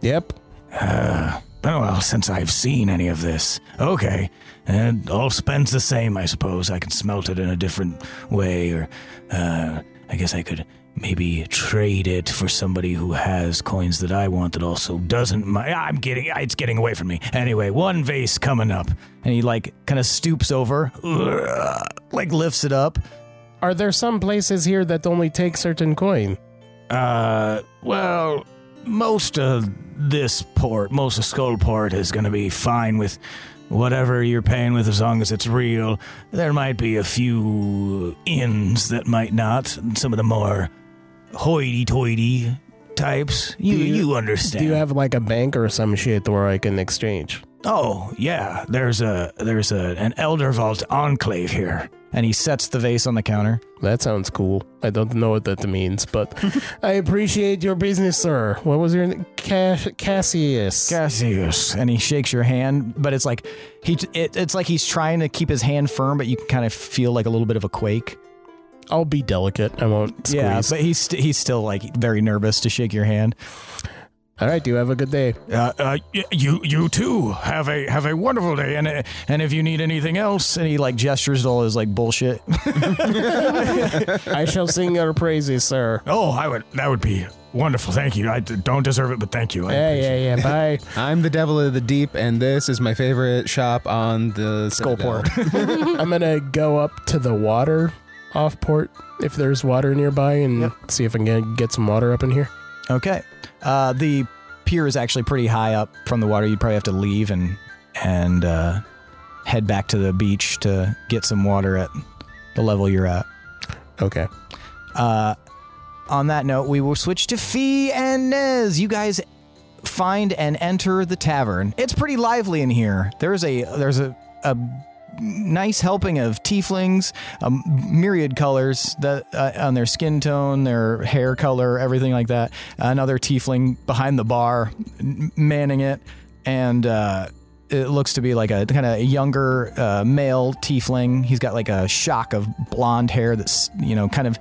Yep. Uh, been a while since I've seen any of this. Okay, and all spends the same, I suppose. I can smelt it in a different way, or uh, I guess I could maybe trade it for somebody who has coins that I want that also doesn't. My, I'm getting it's getting away from me. Anyway, one vase coming up. And he like kind of stoops over, like lifts it up. Are there some places here that only take certain coin? Uh, well, most of this port, most of Skullport, is going to be fine with whatever you're paying with as long as it's real. There might be a few inns that might not, and some of the more hoity toity types. You, Do you, you- understand. Do you have like a bank or some shit where I can exchange? oh, yeah, there's a there's a, an Elder Vault enclave here. And he sets the vase on the counter. That sounds cool. I don't know what that means, but I appreciate your business, sir. What was your name? Cash- Cassius. Cassius, and he shakes your hand, but it's like he it, it's like he's trying to keep his hand firm, but you can kind of feel like a little bit of a quake. I'll be delicate. I won't squeeze. Yeah, but he's st- he's still like very nervous to shake your hand. All right. You have a good day. Uh, uh, y- you you too have a have a wonderful day, and uh, and if you need anything else, And he like gestures to all his like bullshit. I shall sing your praises, sir. Oh, I would that would be wonderful. Thank you. I d- don't deserve it, but thank you. I yeah, yeah. Bye. I'm the devil of the deep, and this is my favorite shop on the Skullport. I'm gonna go up to the water off port if there's water nearby and see if I can get some water up in here. Okay. Uh, the pier is actually pretty high up from the water. You'd probably have to leave and and uh, head back to the beach to get some water at the level you're at. Okay. Uh, on that note, we will switch to Fee and Nez. You guys find and enter the tavern. It's pretty lively in here. There's a there's a, a nice helping of tieflings, um, myriad colors that uh, on their skin tone, their hair color, everything like that. Another tiefling behind the bar, n- manning it, and. Uh, it looks to be like a kind of younger uh, male tiefling. He's got like a shock of blonde hair that's, you know, kind of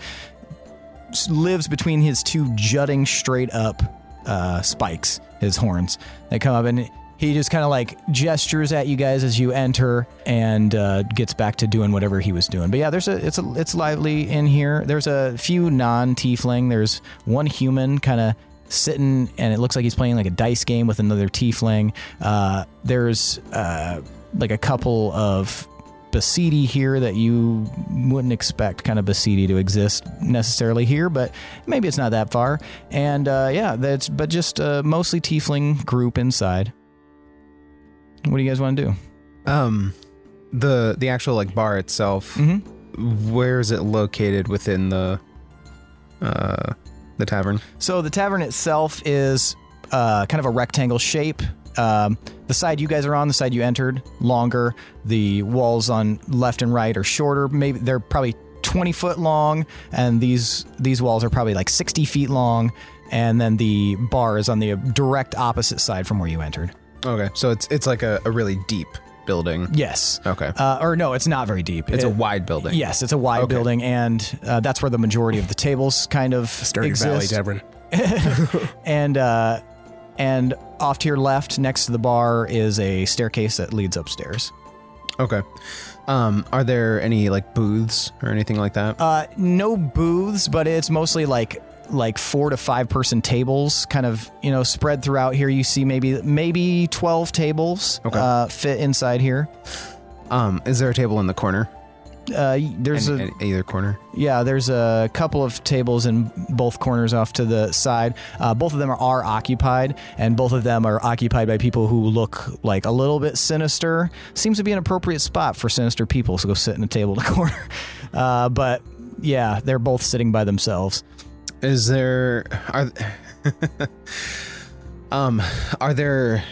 s- lives between his two jutting straight up uh, spikes, his horns. They come up and he just kind of like gestures at you guys as you enter and uh, gets back to doing whatever he was doing. But yeah, there's a it's a it's lively in here. There's a few non tiefling. There's one human kind of sitting and it looks like he's playing like a dice game with another tiefling. Uh, there's uh, like a couple of Basidi here that you wouldn't expect kind of Basidi to exist necessarily here, but maybe it's not that far. And uh, yeah, that's but just uh, mostly tiefling group inside. What do you guys want to do? Um, the the actual like bar itself. Mm-hmm. where is it located within the uh the tavern? So the tavern itself is uh, kind of a rectangle shape. Um, the side you guys are on, the side you entered, longer. The walls on left and right are shorter. Maybe they're probably 20 foot long, and these these walls are probably like 60 feet long. And then the bar is on the direct opposite side from where you entered. Okay, so it's it's like a, a really deep building. Yes. Okay. Uh, or no, it's not very deep. It's a It- wide building. Yes, it's a wide Okay. building, and uh, that's where the majority of the tables kind of exist. and uh, and off to your left, next to the bar, is a staircase that leads upstairs. Okay. Um, are there any like booths or anything like that? Uh, no booths, but it's mostly like like four to five person tables, kind of you know spread throughout here. You see maybe maybe twelve tables uh, fit inside here. Um, is there a table in the corner? Uh, y- there's Any- a any- either corner. Yeah, there's a couple of tables in both corners off to the side. Uh, both of them are, are occupied, and both of them are occupied by people who look like a little bit sinister. Seems to be an appropriate spot for sinister people, so go sit in a table in the corner. Uh, but yeah, they're both sitting by themselves. Is there are um are there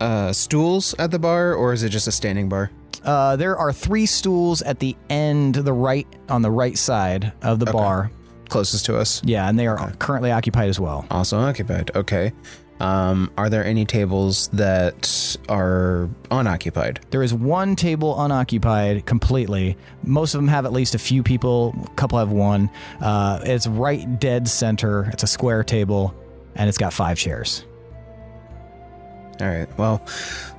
uh stools at the bar or is it just a standing bar? Uh, there are three stools at the end, the right on the right side of the bar, closest to us. Yeah, and they are currently occupied as well. Also occupied. Okay. Um are there any tables that are unoccupied? There is one table unoccupied completely. Most of them have at least a few people. A couple have one. Uh, it's right dead center. It's a square table, and it's got five chairs. All right. Well,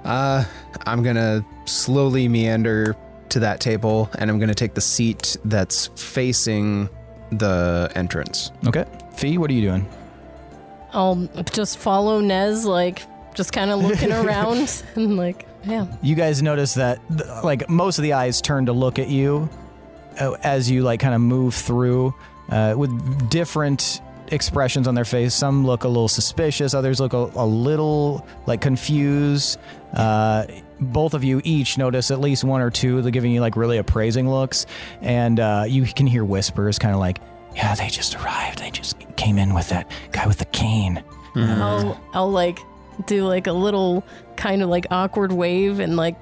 uh, I'm gonna slowly meander to that table, and I'm gonna take the seat that's facing the entrance. Okay. Fee, what are you doing? I'll just follow Nez, like, just kind of looking around and, like, yeah. You guys notice that, th- like, most of the eyes turn to look at you uh, as you like kind of move through uh, with different expressions on their face. Some look a little suspicious. Others look a, a little like confused. Uh, both of you each notice at least one or two. They're giving you like really appraising looks, and uh, you can hear whispers, kind of like, "Yeah, they just arrived. They just came in with that guy with the cane." I'll, I'll, like, do, like, a little kind of, like, awkward wave and, like,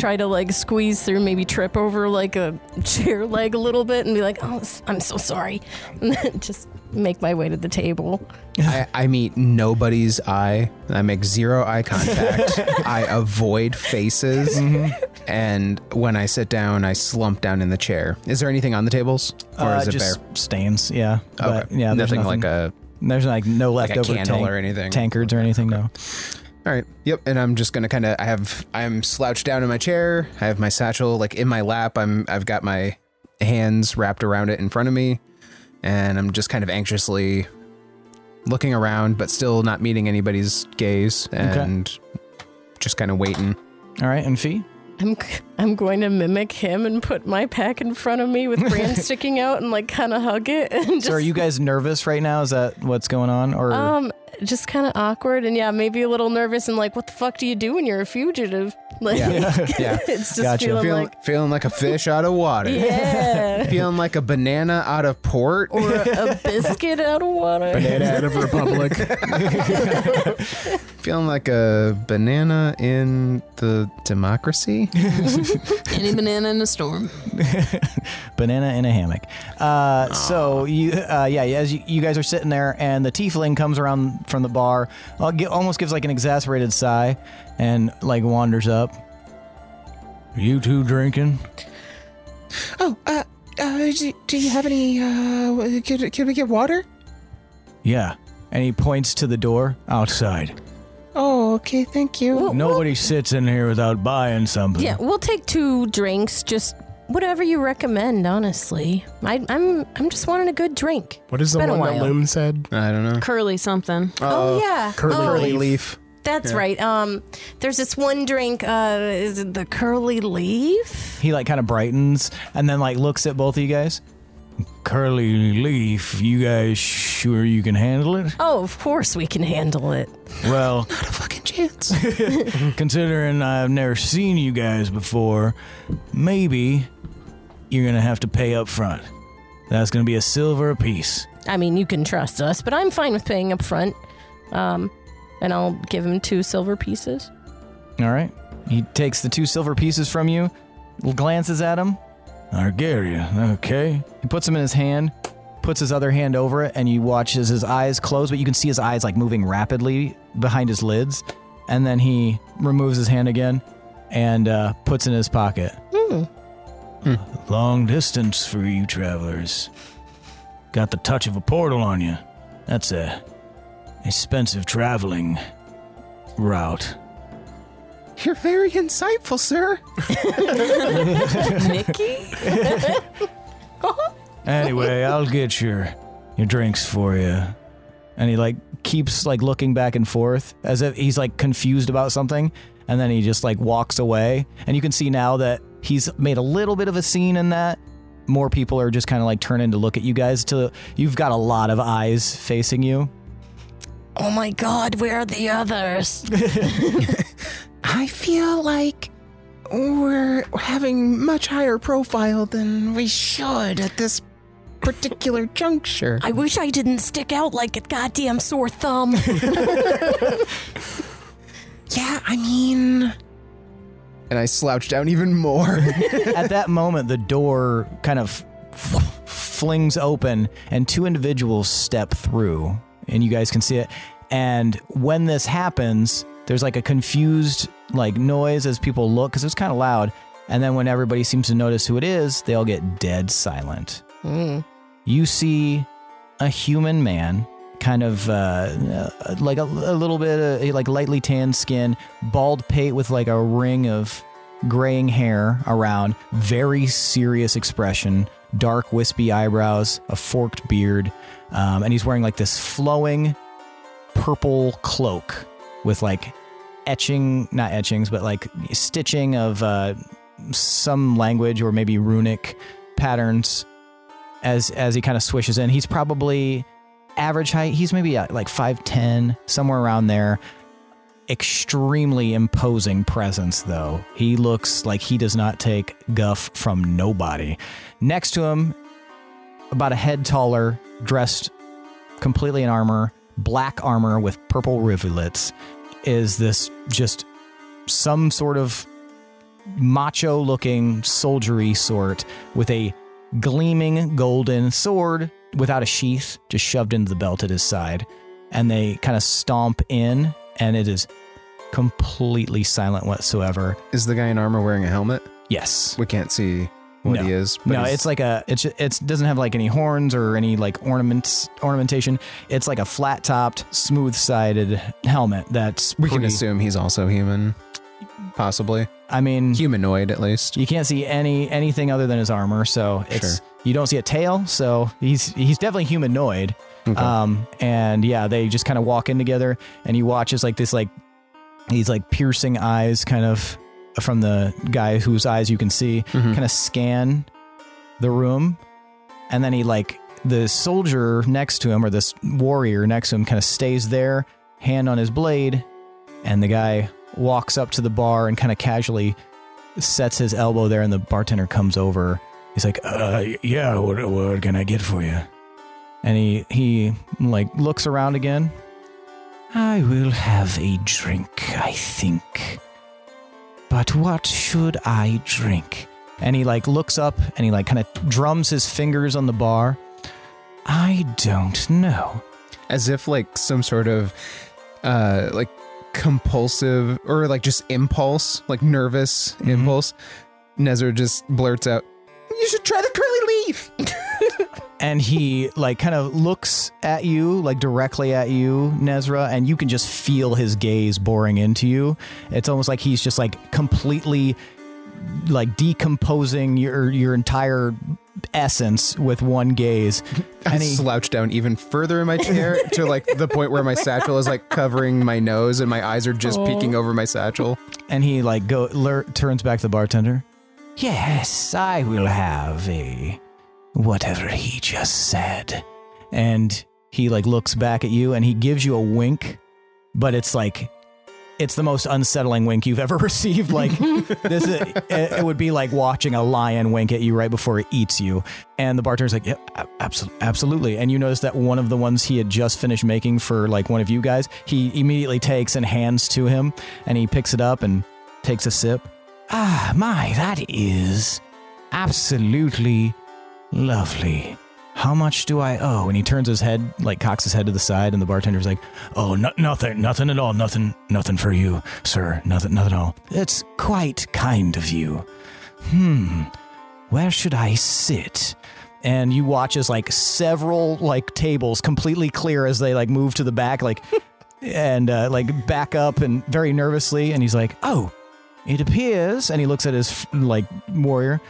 try to, like, squeeze through, maybe trip over, like, a chair leg a little bit and be like, oh, s- I'm so sorry. And then just make my way to the table. I, I meet nobody's eye. I make zero eye contact. I avoid faces, and when I sit down, I slump down in the chair. Is there anything on the tables, or Uh, is it just bare? stains? Yeah. Okay. But, yeah. there's nothing, nothing like a There's like no Like a leftover candle tank- or anything? tankards or anything. No. All right. Yep. And I'm just gonna kind of. I have. I'm slouched down in my chair. I have my satchel like in my lap. I'm. I've got my hands wrapped around it in front of me, and I'm just kind of anxiously looking around, but still not meeting anybody's gaze, and just kind of waiting. All right. And Fee. I'm I'm going to mimic him and put my pack in front of me with brands sticking out and like kind of hug it and just So are you guys nervous right now? Is that what's going on? Or um just kind of awkward and yeah maybe a little nervous and like what the fuck do you do when you're a fugitive like it's just feeling like feeling like a fish out of water. Yeah. feeling like a banana out of port. or a biscuit out of water republic. Feeling like a banana in the democracy. Any banana in a storm. banana in a hammock. Uh, so you, uh, yeah, as you, you guys are sitting there, and the tiefling comes around from the bar, uh, gi- almost gives like an exasperated sigh, and like wanders up. You two drinking? Oh, uh, uh do, do you have any, uh, could, could we get water? Yeah. And he points to the door outside. Oh, okay, thank you. Nobody sits in here without buying something. yeah we'll take two drinks just whatever you recommend honestly I, I'm I'm just wanting a good drink What is the Been a one that while. Loom said? I don't know. Curly something. Oh, yeah. Curly, Oh. Uh, curly leaf. that's right um there's this one drink uh is it the curly leaf He like kind of brightens, and then like looks at both of you guys. Curly Leaf, you guys sure you can handle it? oh of course we can handle it Well, fucking chance considering I've never seen you guys before, maybe you're going to have to pay up front. That's going to be a silver apiece. I mean, you can trust us, but I'm fine with paying up front. Um, and I'll give him two silver pieces. All right. He takes the two silver pieces from you, glances at him. Argaria, okay. He puts them in his hand, puts his other hand over it, and you watch as his eyes close, but you can see his eyes like moving rapidly behind his lids. And then he removes his hand again and uh, puts it in his pocket. Long distance for you travelers. Got the touch of a portal on you. That's a expensive traveling route. You're very insightful, sir. Anyway, I'll get your your drinks for you. And he like keeps like looking back and forth as if he's like confused about something. And then he just like walks away. And you can see now that he's made a little bit of a scene in that. More people are just kind of like turning to look at you guys. To you've got a lot of eyes facing you. Oh my god, where are the others? I feel like we're having much higher profile than we should at this particular juncture. I wish I didn't stick out like a goddamn sore thumb. yeah, I mean, And I slouch down even more. At that moment, the door kind of f- flings open, and two individuals step through, and you guys can see it. And when this happens, there's like a confused like noise as people look because it's kind of loud. And then when everybody seems to notice who it is, they all get dead silent. You see a human man, kind of uh, uh, like a, a little bit of like lightly tanned skin, bald pate with like a ring of graying hair around, very serious expression, dark wispy eyebrows, a forked beard, um, and he's wearing like this flowing purple cloak with like etching, not etchings, but like stitching of uh, some language or maybe runic patterns as as he kind of swishes in. He's probably average height. He's maybe uh, like 5'10, somewhere around there. Extremely imposing presence, though. He looks like he does not take guff from nobody. Next to him, about a head taller, dressed completely in armor, black armor with purple rivulets, is this just some sort of macho looking soldiery sort with a gleaming golden sword without a sheath just shoved into the belt at his side and they kind of stomp in and it is completely silent whatsoever Is the guy in armor wearing a helmet? Yes. We can't see what no. he is. no, it's like a it's it's doesn't have like any horns or any like ornaments ornamentation. It's like a flat topped, smooth sided helmet. That's we can pretty- assume he's also human, possibly. I mean, humanoid at least. You can't see any anything other than his armor, so it's Sure. you don't see a tail. So he's he's definitely humanoid. Okay. Um, and yeah, they just kind of walk in together, and you watch as like this like these like piercing eyes kind of from the guy whose eyes you can see Mm-hmm. kind of scan the room and then he like the soldier next to him or this warrior next to him kind of stays there hand on his blade and the guy walks up to the bar and kind of casually sets his elbow there and the bartender comes over he's like Uh, y- yeah, what, what can I get for you? and he he like looks around again I will have a drink, I think. But what should I drink? and he like looks up and he like kind of drums his fingers on the bar i don't know as if like some sort of uh like compulsive or like just impulse, like nervous Mm-hmm. impulse. Nezzer just blurts out, You should try the curly leaf. and he like kind of looks at you like directly at you nezra and you can just feel his gaze boring into you it's almost like he's just like completely like decomposing your your entire essence with one gaze I slouch down even further in my chair to like the point where my satchel is like covering my nose and my eyes are just Oh. peeking over my satchel. and he like go lur- turns back to the bartender Yes, I will have a. whatever he just said. And he like looks back at you and he gives you a wink, but it's like it's the most unsettling wink you've ever received. Like this is, it, it would be like watching a lion wink at you right before it eats you. And the bartender's like, "Yep, yeah, absolutely, absolutely." And you notice that one of the ones he had just finished making for like one of you guys, he immediately takes and hands to him and he picks it up and takes a sip. Ah, my, that is absolutely lovely. How much do I owe? And he turns his head, like cocks his head to the side, and the bartender's like, Oh, no, nothing, nothing at all, nothing, nothing for you, sir, nothing, nothing at all. That's quite kind of you. hmm, where should I sit? And you watch as like several like tables completely clear as they like move to the back, like and uh, like back up and very nervously. And he's like, "Oh, it appears." And he looks at his like warrior.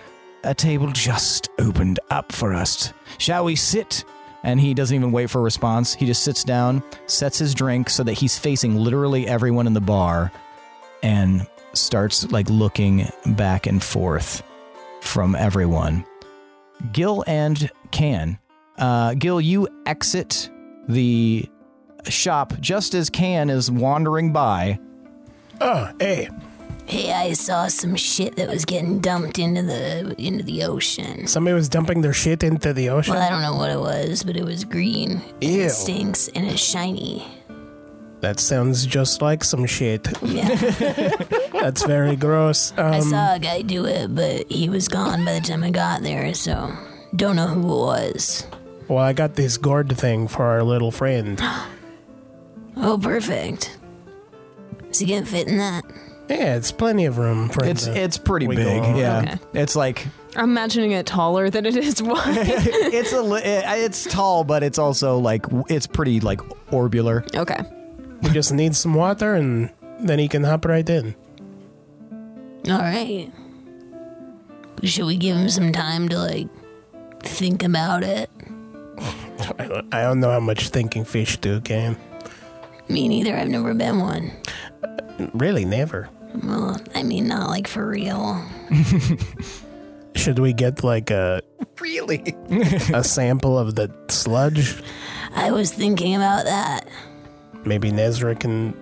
A table just opened up for us. Shall we sit? And he doesn't even wait for a response. He just sits down, sets his drink so that he's facing literally everyone in the bar, and starts like looking back and forth from everyone. Gil and Can. Uh, Gil, you exit the shop just as Can is wandering by. Oh, hey. Hey, I saw some shit that was getting dumped into the into the ocean. Somebody was dumping their shit into the ocean. Well, I don't know what it was, but it was green. and Ew. It stinks and it's shiny. That sounds just like some shit. Yeah. That's very gross. Um, I saw a guy do it, but he was gone by the time I got there, so don't know who it was. Well, I got this gourd thing for our little friend. Oh, perfect. Is he gonna fit in that? Yeah, it's plenty of room for. It's it's pretty we big. go. Yeah, Okay. it's like I'm imagining it taller than it is wide. it's a li- it- it's tall, but it's also like w- it's pretty like orbular. Okay. We just need some water, and then he can hop right in. All right. Should we give him some time to like think about it? I, I don't know how much thinking fish do, can. Me neither. I've never been one. Really, never. Well, I mean, not like for real. Should we get like a Really? a sample of the sludge? I was thinking about that. Maybe Nezra can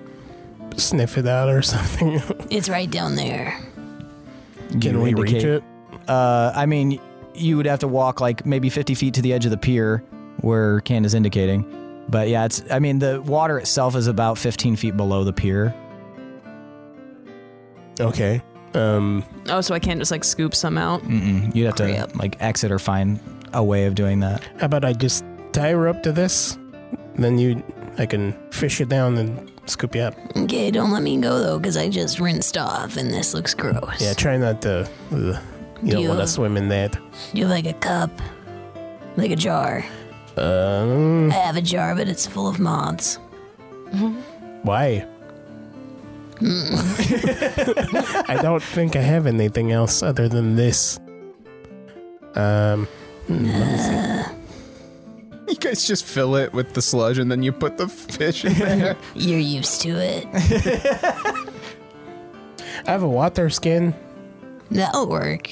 sniff it out or something. It's right down there. Can we reach it? Uh, I mean, you would have to walk like maybe 50 feet to the edge of the pier where Can is indicating. But yeah, it's. I mean, the water itself is about 15 feet below the pier. Okay. Um. Oh, so I can't just like scoop some out. Mm-mm. You'd have to like exit or find a way of doing that. How about I just tie her up to this? Then you, I can fish it down and scoop you up. Okay, don't let me go though, because I just rinsed off and this looks gross. Yeah, try not to. Ugh. You don't You- want to swim in that. Do you like a cup? Like a jar? Um, I have a jar, but it's full of moths. why? Mm. I don't think I have anything else other than this. Um, hmm, let me see. You guys just fill it with the sludge and then you put the fish in there. You're used to it. I have a water skin. That'll work.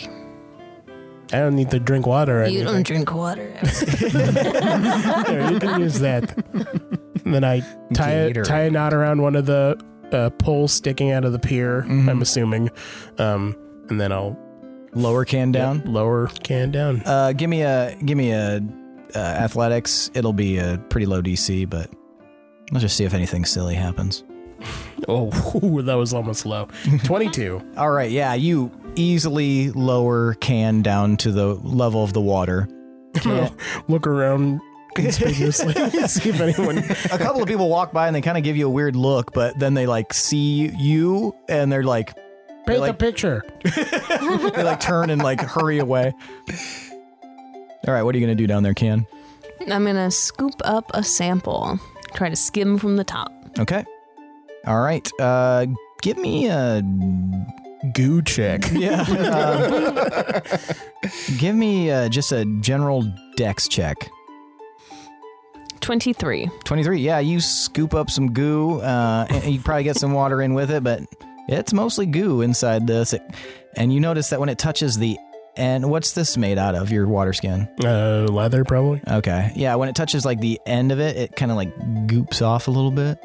I don't need to drink water. Or you anything. don't drink water. There, you can use that. And then I tie a, Gatorade. tie a knot around one of the uh, poles sticking out of the pier. Mm-hmm. I'm assuming, um, and then I'll lower can down. lower can down. Uh, give me a give me a uh, athletics. It'll be a pretty low DC, but let's just see if anything silly happens. Oh, that was almost low. Twenty-two. All right, yeah, you easily lower can down to the level of the water. Look around conspicuously, see if anyone. a couple of people walk by and they kind of give you a weird look, but then they like see you and they're like, Paint like- the picture. they like turn and like hurry away. All right, what are you gonna do down there, Can? I'm gonna scoop up a sample. Try to skim from the top. Okay. All right. Uh, give me a goo check. Yeah. uh, give me uh, just a general dex check. 23. 23. Yeah, you scoop up some goo. Uh, and you probably get some water in with it, but it's mostly goo inside this. and you notice that when it touches the and what's this made out of? Your water skin? Uh, leather, probably. Okay. Yeah, when it touches like the end of it, it kind of like goops off a little bit.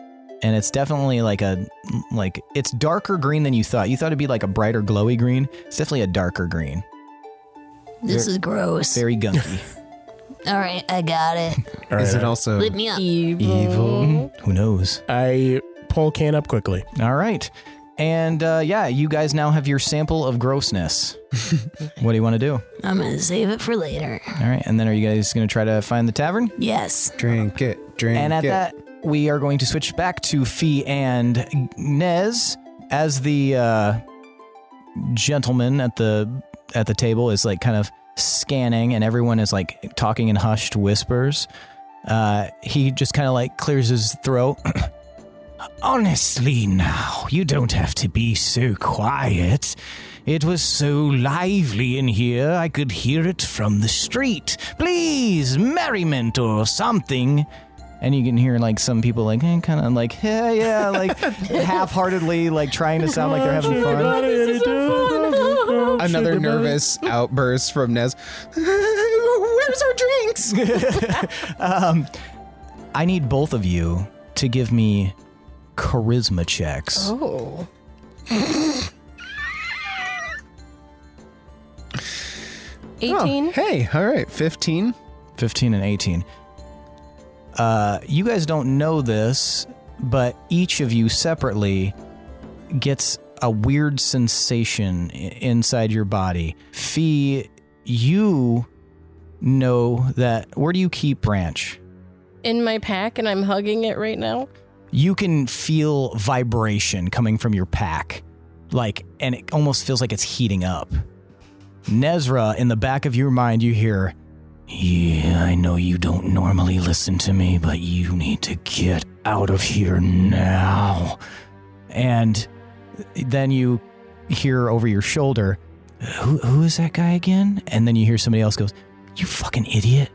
And it's definitely like a like it's darker green than you thought. You thought it'd be like a brighter glowy green. It's definitely a darker green. This Ver- is gross. Very gunky. All right, I got it. Is it Uh, also Lit me up. Mm-hmm. Oh, Who knows? I pull can up quickly. All right. And uh, yeah, you guys now have your sample of grossness. what do you want to do? I'm gonna save it for later. All right. And then are you guys going to try to find the tavern? Yes. Drink it. Drink And at it. that, we are going to switch back to Fee and Nez as the uh, gentleman at the at the table is like kind of scanning, and everyone is like talking in hushed whispers. Uh, he just kind of like clears his throat. Honestly, now, you don't have to be so quiet. It was so lively in here, I could hear it from the street. Please, merriment or something. and you can hear like some people like kind of like yeah yeah like half-heartedly like trying to sound like they're having Oh, fun. Another nervous outburst from Nez. Where's our drinks? Um, I need both of you to give me charisma checks. Oh. Oh, hey, all right, 15. 15 and 18. Uh, you guys don't know this, but each of you separately gets a weird sensation i- inside your body. Fee, you know that. Where do you keep Branch? In my pack, and I'm hugging it right now. you can feel vibration coming from your pack. Like, and it almost feels like it's heating up. Nezra, in the back of your mind, you hear, Yeah, I know you don't normally listen to me, but you need to get out of here now. and then you hear over your shoulder, who, who is that guy again? And then you hear somebody else goes, You fucking idiot.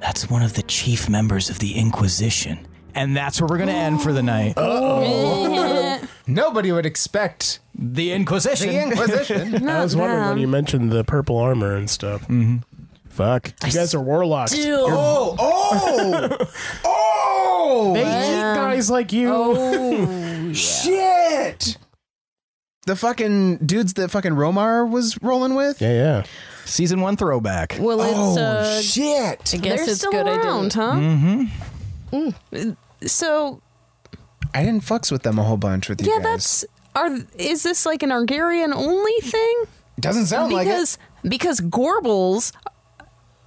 That's one of the chief members of the Inquisition. And that's where we're going to end for the night. Oh. Nobody would expect the Inquisition. The Inquisition. I was wondering when you mentioned the purple armor and stuff. Mm-hmm. Fuck, you guys are warlocks. Oh, oh, oh! They eat guys like you. Oh. Shit! The fucking dudes that fucking Romar was rolling with? Yeah, yeah. Season one throwback. Well, it's Oh, uh, shit. I guess They're it's still good around, I huh? Mm. Mm-hmm. So I didn't fucks with them a whole bunch with you yeah, guys. that's are is this like an Argarian only thing? Doesn't Oh, sound like it. because, Because Gorbles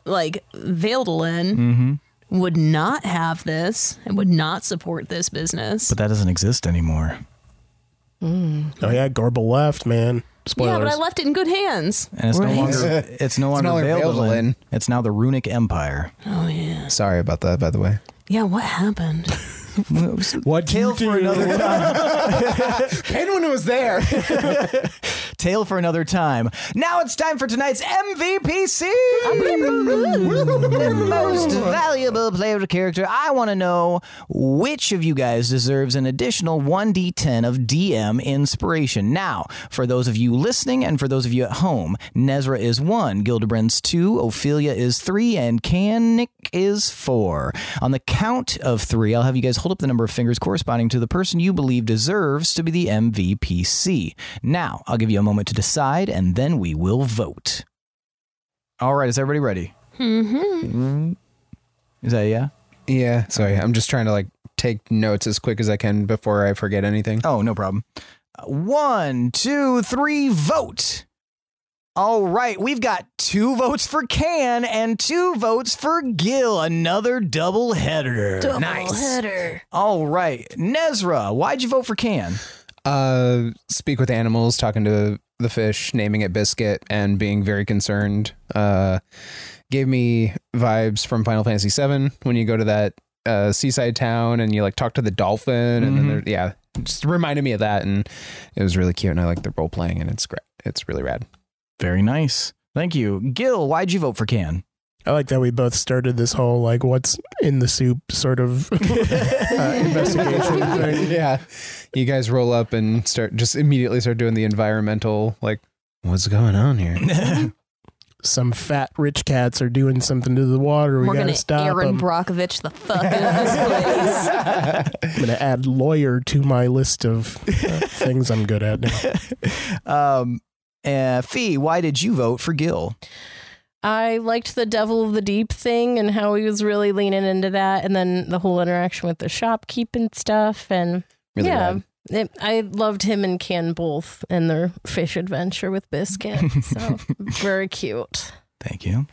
like Valdelin would not have this and would not support this business. But that doesn't exist anymore. Oh yeah, Gorbel left, man. Yeah, but I left it in good hands. And it's no longer it's no longer available available in. It's now the Runic Empire. Oh yeah. Sorry about that, by the way. Yeah, what happened? What tale for another time? Penguin was there. tale for another time. Now it's time for tonight's MVPC. the most valuable player character. I want to know which of you guys deserves an additional 1d10 of DM inspiration. Now, for those of you listening and for those of you at home, Nezra is 1, Gildebrand's 2, Ophelia is 3, and Canic is 4. On the count of 3, I'll have you guys hold up the number of fingers corresponding to the person you believe deserves to be the MVPC. Now, I'll give you a moment to decide and then we will vote. All right, is everybody ready? Mm-hmm. Is that yeah? Yeah. Sorry, I'm just trying to like take notes as quick as I can before I forget anything. Oh, no problem. One, two, three, vote. All right, we've got two votes for Can and two votes for Gil. Another double header. Double nice. header. All right, Nezra, why'd you vote for Can? Uh, speak with animals, talking to the fish, naming it biscuit, and being very concerned. Uh, gave me vibes from Final Fantasy VII when you go to that uh, seaside town and you like talk to the dolphin, and then there, yeah, just reminded me of that, and it was really cute, and I like the role playing, and it's great, it's really rad. Very nice. Thank you, Gil. Why'd you vote for Can? I like that we both started this whole like what's in the soup sort of Uh, investigation thing. Yeah. You guys roll up and start just immediately start doing the environmental like what's going on here? Some fat rich cats are doing something to the water. We We're gotta gonna stop Aaron 'em. Brockovich the fuck out of this place. I'm gonna add lawyer to my list of uh, things I'm good at now. Um, uh, Fee, why did you vote for Gil? I liked the devil of the deep thing and how he was really leaning into that, and then the whole interaction with the shopkeeping stuff, and Really yeah, rad. it, I loved him and Ken both and their fish adventure with Biscuit. So very cute. Thank you.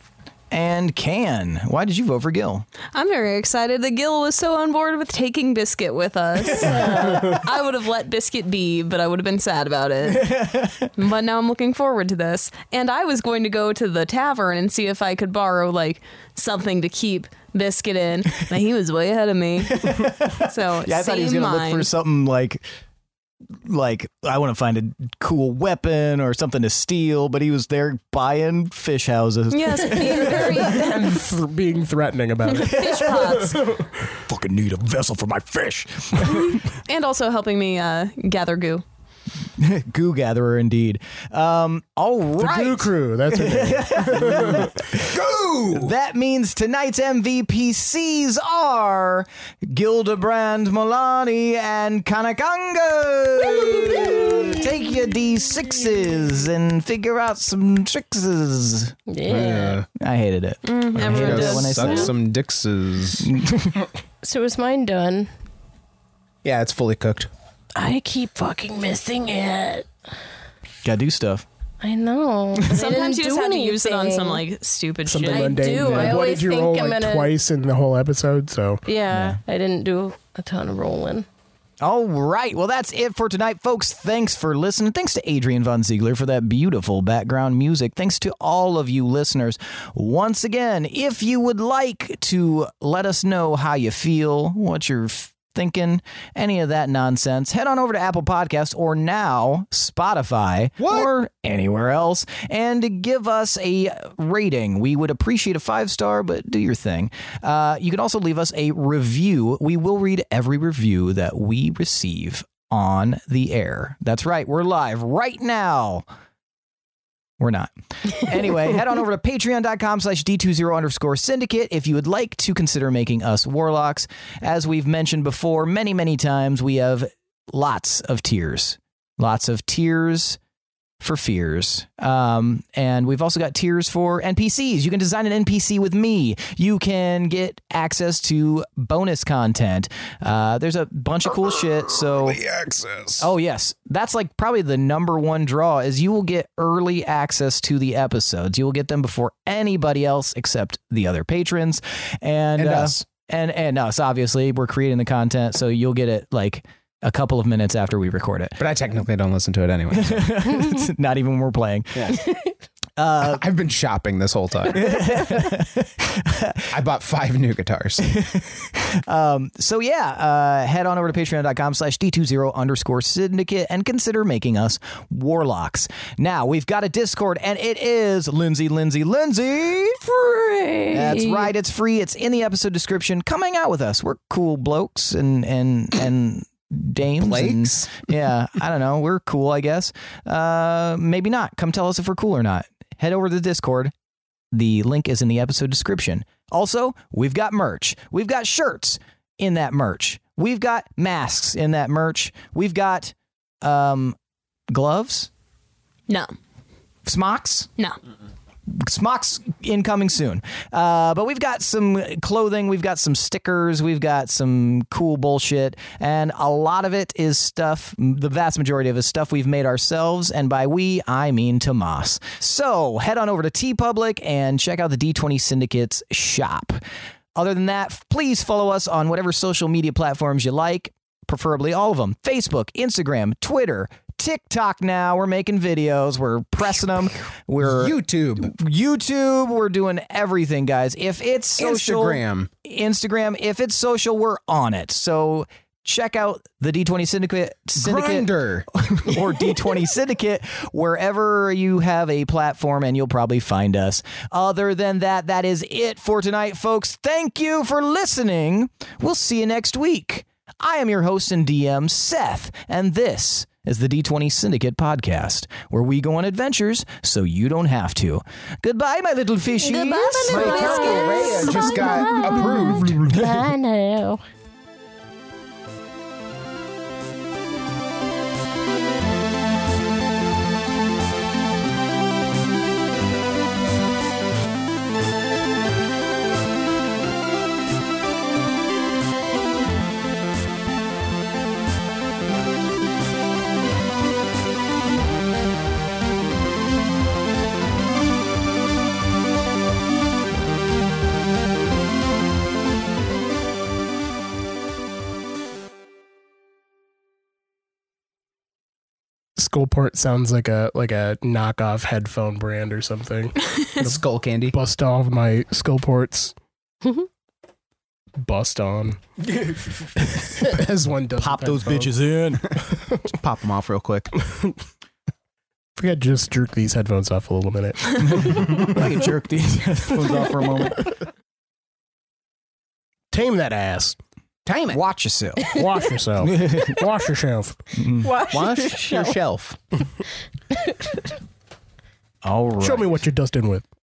And Can, why did you vote for Gil? I'm very excited that Gil was so on board with taking Biscuit with us. Uh, I would have let Biscuit be, but I would have been sad about it. but now I'm looking forward to this. And I was going to go to the tavern and see if I could borrow, like, something to keep Biscuit in. But he was way ahead of me. so, Yeah, I thought he was same gonna look mind. for something like like I want to find a cool weapon or something to steal, but he was there buying fish houses. Yes, being very- and th- being threatening about it. Fish pots. Fucking need a vessel for my fish. and also helping me uh, gather goo. Goo gatherer indeed. Um all right. Goo crew, that's her name. Goo! That means tonight's MVPCs are Gildebrand Molani and Kanakanga. Take your D6s and figure out some trickses. Yeah. I hated it. Mm, I everyone hated does. it when I Suck said it. some Dixes. So is mine done? yeah, it's fully cooked. I keep fucking missing it. Gotta do stuff. I know. but I Sometimes didn't you just do have to use it on some, anything. like, stupid Something shit. mundane. do. yeah. I what always did you roll think I'm like gonna- twice in the whole episode? So Yeah, I didn't do a ton of rolling. All right. Well, that's it for tonight, folks. Thanks for listening. Thanks to Adrian Von Ziegler for that beautiful background music. Thanks to all of you listeners. Once again, if you would like to let us know how you feel, what you're f- thinking, any of that nonsense, head on over to Apple Podcasts or now Spotify or anywhere else and give us a rating. We would appreciate a five star, but do your thing. Uh, you can also leave us a review. We will read every review that we receive on the air. That's right. We're live right now. We're not. Anyway, head on over to patreon.com slash d20 underscore syndicate if you would like to consider making us warlocks. As we've mentioned before many, many times, we have lots of tiers. Lots of tiers for fears. Um, and we've also got tiers for NPCs. You can design an NPC with me. You can get access to bonus content. Uh, there's a bunch of cool shit. So access. Oh yes, that's like probably the number one draw is you will get early access to the episodes. You will get them before anybody else except the other patrons and, And uh, us. and and us. Obviously, we're creating the content, so you'll get it like. a couple of minutes after we record it. But I technically don't listen to it anyway. Not even when we're playing. Uh, I've been shopping this whole time. I bought five new guitars. um, so yeah, uh, head on over to patreon.com slash d20 underscore syndicate and consider making us warlocks. Now we've got a Discord and it is Lindsay, Lindsay, Lindsay. Free. That's right. It's free. It's in the episode description. Come hang out with us. We're cool blokes and, and, and, Dames, Blakes? yeah, I don't know. We're cool, I guess. Uh, maybe not. Come tell us if we're cool or not. Head over to the Discord the link is in the episode description. Also, we've got merch. We've got shirts in that merch. We've got masks in that merch. We've got um, gloves, No, smocks. no. Smocks incoming soon. Uh, but we've got some clothing, we've got some stickers, we've got some cool bullshit, and a lot of it is stuff, the vast majority of it is stuff we've made ourselves, and by we, I mean Tomas. So head on over to T Public and check out the D20 Syndicate's shop. Other than that, please follow us on whatever social media platforms you like, preferably all of them Facebook, Instagram, Twitter. TikTok now. We're making videos. We're pressing them. We're YouTube. YouTube. We're doing everything, guys. If it's social Instagram. Instagram, if it's social, we're on it. So check out the D20 Syndicate Syndicate or D20 Syndicate wherever you have a platform and you'll probably find us. Other than that, that is it for tonight, folks. Thank you for listening. We'll see you next week. I am your host and DM, Seth, and this is the D20 Syndicate podcast, where we go on adventures so you don't have to. Goodbye, my little fishies. Goodbye, my little Rhea just got approved. I know. Skullport sounds like a like a knockoff headphone brand or something. Skull candy. Bust off my Skullports. Mm-hmm. Bust on. As one does. Pop with those bitches in. Just pop them off real quick. Forget just jerk these headphones off a little minute. I can jerk these headphones off for a moment. Tame that ass. Tame it. Watch yourself. Wash yourself. Wash yourself. Wash Wash your your shelf. All right. Show me what you're dusting with.